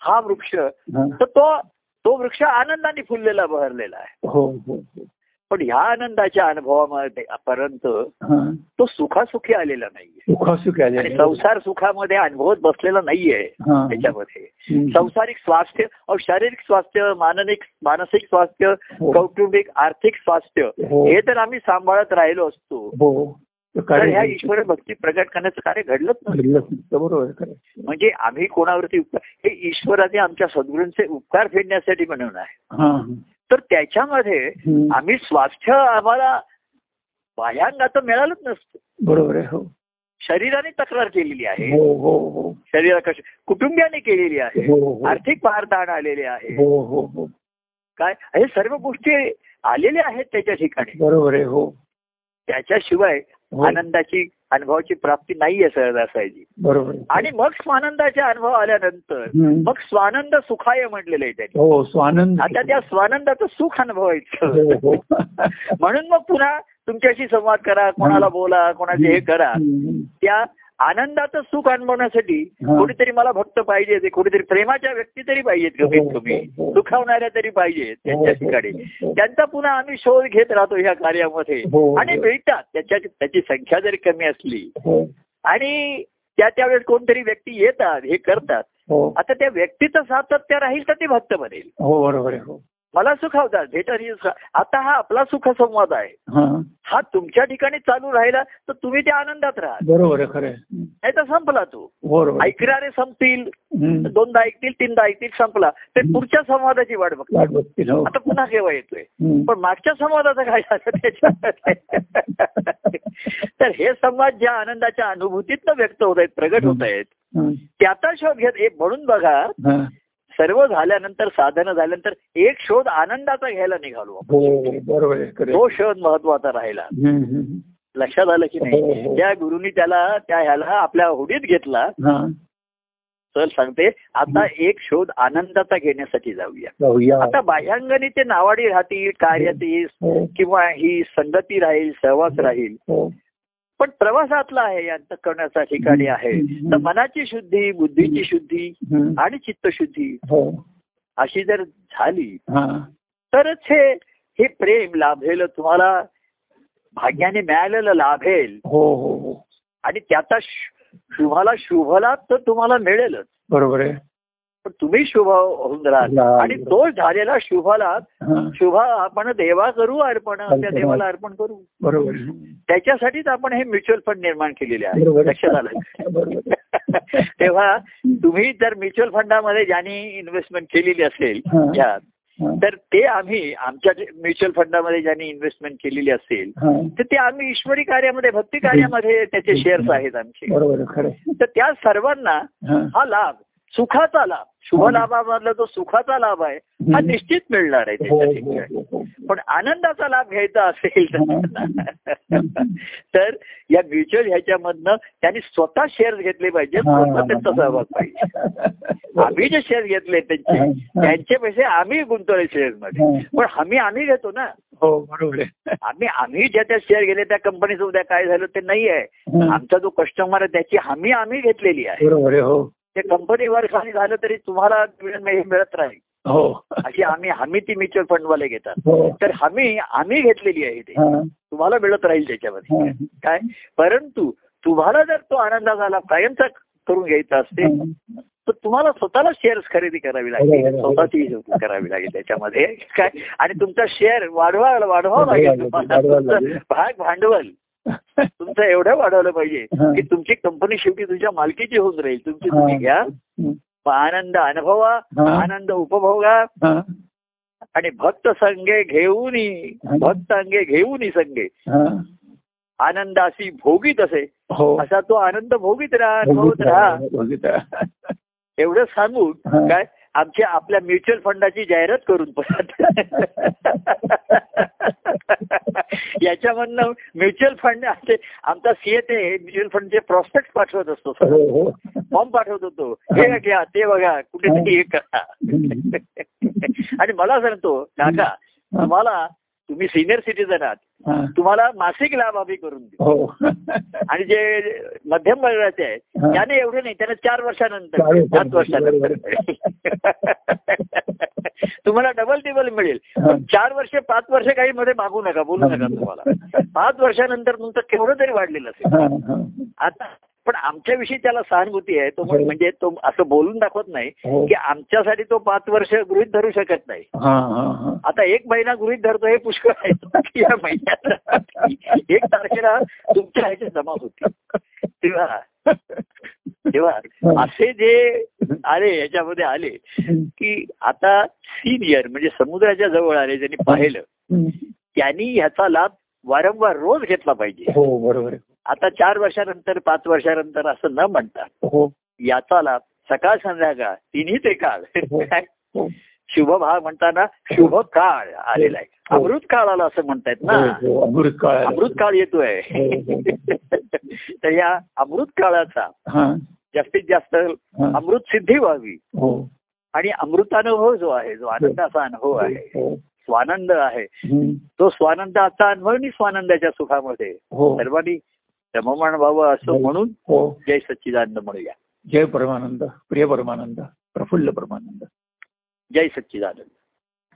हा वृक्ष हा. तर तो तो वृक्ष आनंदाने फुललेला बहरलेला आहे हो हो हो. पण ह्या आनंदाच्या अनुभवामध्ये पर्यंत हा. तो सुखासुखी आलेला नाहीये सुखासुखी आली आणि आहे. संसार सुखामध्ये अनुभवत बसलेला नाहीये हा. त्याच्यामध्ये हम्म. संसारिक स्वास्थ्य अहो, शारीरिक स्वास्थ्य माननिक मानसिक स्वास्थ्य हो. कौटुंबिक आर्थिक स्वास्थ्य हो. हे तर आम्ही सांभाळत राहिलो असतो हो तर तर कार्य ह्या ईश्वर भक्ती प्रकट करण्याचं कार्य घडलंच नाही घडलंच नाही. तर बरोबर आहे, खरं आहे. म्हणजे आम्ही कोणावरती उपकार हे ईश्वराचे आमच्या सद्गुरूंचे उपकार फेडण्यासाठी म्हणून आहे हा, तर त्याच्यामध्ये हा. आम्ही स्वास्थ्य आम्हाला बाह्यांना तर मिळालंच नसतं बरोबर आहे हो शरीराने तक्रार केलेली आहे हो हो हो शरीराकडे कुटुंबियाने केलेली आहे हो हो. आर्थिक भारताने आलेले आहे हो हो हो काय हे सर्व गोष्टी आलेल्या आहेत त्याच्या ठिकाणी बरोबर आहे हो त्याच्याशिवाय हो. आनंदाची अनुभवाची प्राप्ती नाहीये सहज असायची बरोबर आहे. आणि मग स्वानंदाचा अनुभव आल्यानंतर हम्म. मग स्वानंद सुखाय म्हटलेलं आहे त्यांनी हो स्वानंद आता त्या स्वानंदाचं सुख अनुभवायचं हो, हो. म्हणून मग पुन्हा तुमच्याशी संवाद करा हो. कोणाला बोला कोणाचे हे करा हम्म. त्या आनंदाचं सुख अनुभवण्यासाठी हा. कुठेतरी मला भक्त पाहिजे ते कुठेतरी प्रेमाच्या व्यक्ती तरी पाहिजेत हो, कमीत हो, कमी हो. दुखावणाऱ्या तरी पाहिजेत त्यांच्या हो, हो, ठिकाणी हो. त्यांचा पुन्हा आम्ही शोध घेत राहतो ह्या कार्यामध्ये हो, आणि हो. मिळतात त्याच्या त्याची संख्या जरी कमी असली हो आणि त्या त्यावेळेस कोणतरी व्यक्ती येतात हे करतात हो आता त्या व्यक्तीचं सातत्य राहील तर ते भक्त बनेल हो बरोबर आहे हो मला सुखावतात भेटत हे सुख. आता हा आपला सुख संवाद आहे हा हा तुमच्या ठिकाणी चालू राहिला तर तुम्ही त्या आनंदात राहाल बरोबर आहे खरं आहे. हम्म. नाही तर संपला तो बरोबर आहे. ऐकणारे संपतील हम्म. दोनदा ऐकतील तीनदा ऐकतील संपला ते पुढच्या संवादाची वाट बघतो वाट बघतील हो आता पुन्हा केव्हा येतोय हम्म. पण मागच्या संवादाचं काय झालं त्याच्यामध्ये? तर हे संवाद ज्या आनंदाच्या अनुभूतीतनं व्यक्त होत आहेत प्रगट होत आहेत हम्म. त्याचा शोध घेत हे म्हणून बघा हा. सर्व झाल्यानंतर साधनं झाल्यानंतर एक शोध आनंदाचा घ्यायला निघालो आपण. हो बरोबर आहे खरं तो आहे. शोध महत्वाचा राहिला हम्म, हम्म. लक्षात आलं की हो, नाही हो. त्या गुरुनी त्याला त्या ह्याला आपल्या होडीत घेतला हा तर सांगते आता एक शोध आनंदाचा घेण्यासाठी जाऊया जाऊया आता बाह्यांगाने ते नावाडी राहतील कार्यात येईल हो किंवा ही संगती राहील सहवास राहील हो पण प्रवासातला आहे यांत करण्याचा ठिकाणी आहे तर मनाची शुद्धी बुद्धीची शुद्धी हम्म. आणि चित्तशुद्धी हो अशी जर झाली हा तरच हे हे प्रेम लाभेल तुम्हाला भाग्याने मिळालेलं लाभेल हो हो हो आणि त्याचा शु- शुभाला शुभला तर तुम्हाला मिळेलच बरोबर आहे पण तुम्ही शुभ होऊन राहाल राहाल. आणि तो झालेला शुभाला हा शुभ आपण देवा करू अर्पण त्या अर्पण. देवाला अर्पण करू बरोबर आहे. त्याच्यासाठीच आपण हे म्युच्युअल फंड निर्माण केलेले आहे बरोबर. लक्षात आलं बरोबर आहे. तेव्हा तुम्ही जर म्युच्युअल फंडामध्ये ज्यांनी इन्व्हेस्टमेंट केलेली असेल हा. यात हा, तर ते आम्ही आमच्या म्युच्युअल फंडामध्ये ज्यांनी इन्व्हेस्टमेंट केलेली असेल हा. तर ते आम्ही ईश्वरी कार्यामध्ये भक्ती कार्यामध्ये त्याचे शेअर्स आहेत आमचे बरोबर आहे. खरं आहे. तर त्या सर्वांना हा हा लाभ सुखाचा लाभ शुभ लाभामधला जो सुखाचा लाभ आहे हा हो हम्म. निश्चित मिळणार आहे हो, त्याच्या हो, ठिकाणी. हो, हो. पण आनंदाचा लाभ घ्यायचा असेल तर तर या म्युच्युअल ह्याच्यामधनं त्यांनी स्वतः शेअर्स घेतले पाहिजे हा. स्वतः त्यांचा सहभाग पाहिजे आम्ही जे शेअर्स घेतले त्यांचे त्यांचे पैसे आम्ही गुंतवले शेअर्स मध्ये पण हमी आम्ही घेतो ना हो बरोबर आहे आम्ही आम्ही ज्या त्या शेअर गेले त्या कंपनीचं उद्या काय झालं ते नाही आहे हा. आमचा जो कस्टमर आहे त्याची हमी आम्ही घेतलेली आहे बरोबर आहे हो ते कंपनीवर काही झालं तरी तुम्हाला dividend हे मिळत राहील हो अशी आम्ही हमी ती म्युच्युअल फंडवाले घेतात हो तर हमी आम्ही घेतलेली आहे ते हा, तुम्हाला मिळत राहील त्याच्यामध्ये हा. काय परंतु तुम्हाला जर तो आनंद झाला कायमचा करून घ्यायचा असते तर तुम्हाला स्वतःला शेअर्स खरेदी करावी बरोबर, लागेल बरोबर. स्वतःची हिशोब करावी लागेल त्याच्यामध्ये काय आणि तुमचा शेअर वाढवा वाढवावा वाढवावा लागेल लागेल, तुम्हाला. वाढवावा तुमचं लागेल. भाग भांडवल तुमचं एवढं वाढवलं पाहिजे हा. की तुमची कंपनी शेवटी तुमच्या मालकीची होऊन राहील तुमची हा. तुम्ही घ्या हम्म. मग आनंद अनुभवा हा. आनंद उपभोगा हा, आणि भक्त संगे घेऊनी हा. भक्त अंगे घेऊनी संगे हा. आनंदाशी भोगीत असे हो असा तो आनंद भोगीत राहा अनुभवत बघितलं, राहा बघितलं. एवढं सांगून हा. काय आमच्या आपल्या म्युच्युअल फंडाची जाहिरात करून परत याच्यामधनं म्युच्युअल फंड असे आमचा सीए ते म्युच्युअल फंडचे प्रॉस्पेक्ट पाठवत असतो हो हो फॉर्म पाठवत होतो हे घ्या ते बघा कुठेतरी हे करा हम्म. आणि मला सांगतो काका तुम्हाला तुम्ही सिनियर सिटीजन आहात हा. तुम्हाला मासिक लाभ आम्ही करून देऊ हो आणि जे मध्यम वर्गाचे आहेत हा. त्याने एवढे नाही त्याने चार चार वर्षानंतर वर्षानंतर, पाच वर्षानंतर तुम्हाला डबल टेबल मिळेल हा. चार वर्ष पाच वर्ष काही मध्ये मागू नका बोलू नका तुम्हाला पाच वर्षानंतर तुमचं केवढं तरी वाढलेलं असेल हा, हा. आता पण आमच्याविषयी त्याला सहानुभूती आहे तो हो. म्हणजे तो असं बोलून दाखवत नाही हो. की आमच्यासाठी तो पाच वर्ष गृहित धरू शकत नाही हा, हा, हा. आता एक महिना गृहित धरतो हे पुष्कळ आहे या महिन्यात एक तारखेला तुमच्या ह्याची जमा होती तेव्हा तेव्हा असे जे आले याच्यामध्ये आले हम्म. की आता सिनियर म्हणजे समुद्राच्या जवळ आले ज्यांनी पाहिलं हम्म. त्यांनी ह्याचा लाभ वारंवार रोज घेतला पाहिजे हो बरोबर आहे. आता चार वर्षानंतर पाच वर्षानंतर असं न म्हणता हो याचा लाभ सकाळ संध्याकाळ तिन्ही ते काळ हो. काय? हो. शुभ भाग म्हणताना शुभ काळ आलेला आहे हो. अमृत काळ आला असं म्हणतायत ना हो, हो. अमृत काळ आला. अमृत काळ येतोय हो, हो. तर या अमृत काळाचा हा, जास्तीत जास्त हा. अमृत सिद्धी व्हावी हो आणि अमृतानुभव जो आहे जो आनंदाचा अनुभव आहे हो. स्वानंद आहे हम्म. तो स्वानंद आता अनुभव नि स्वानंदाच्या सुखामध्ये हो सर्वांनी रममाण व्हावं असं म्हणून हो जय सच्चिदानंद म्हणूया जय परमानंद प्रिय परमानंद प्रफुल्ल परमानंद जय सच्चिदानंद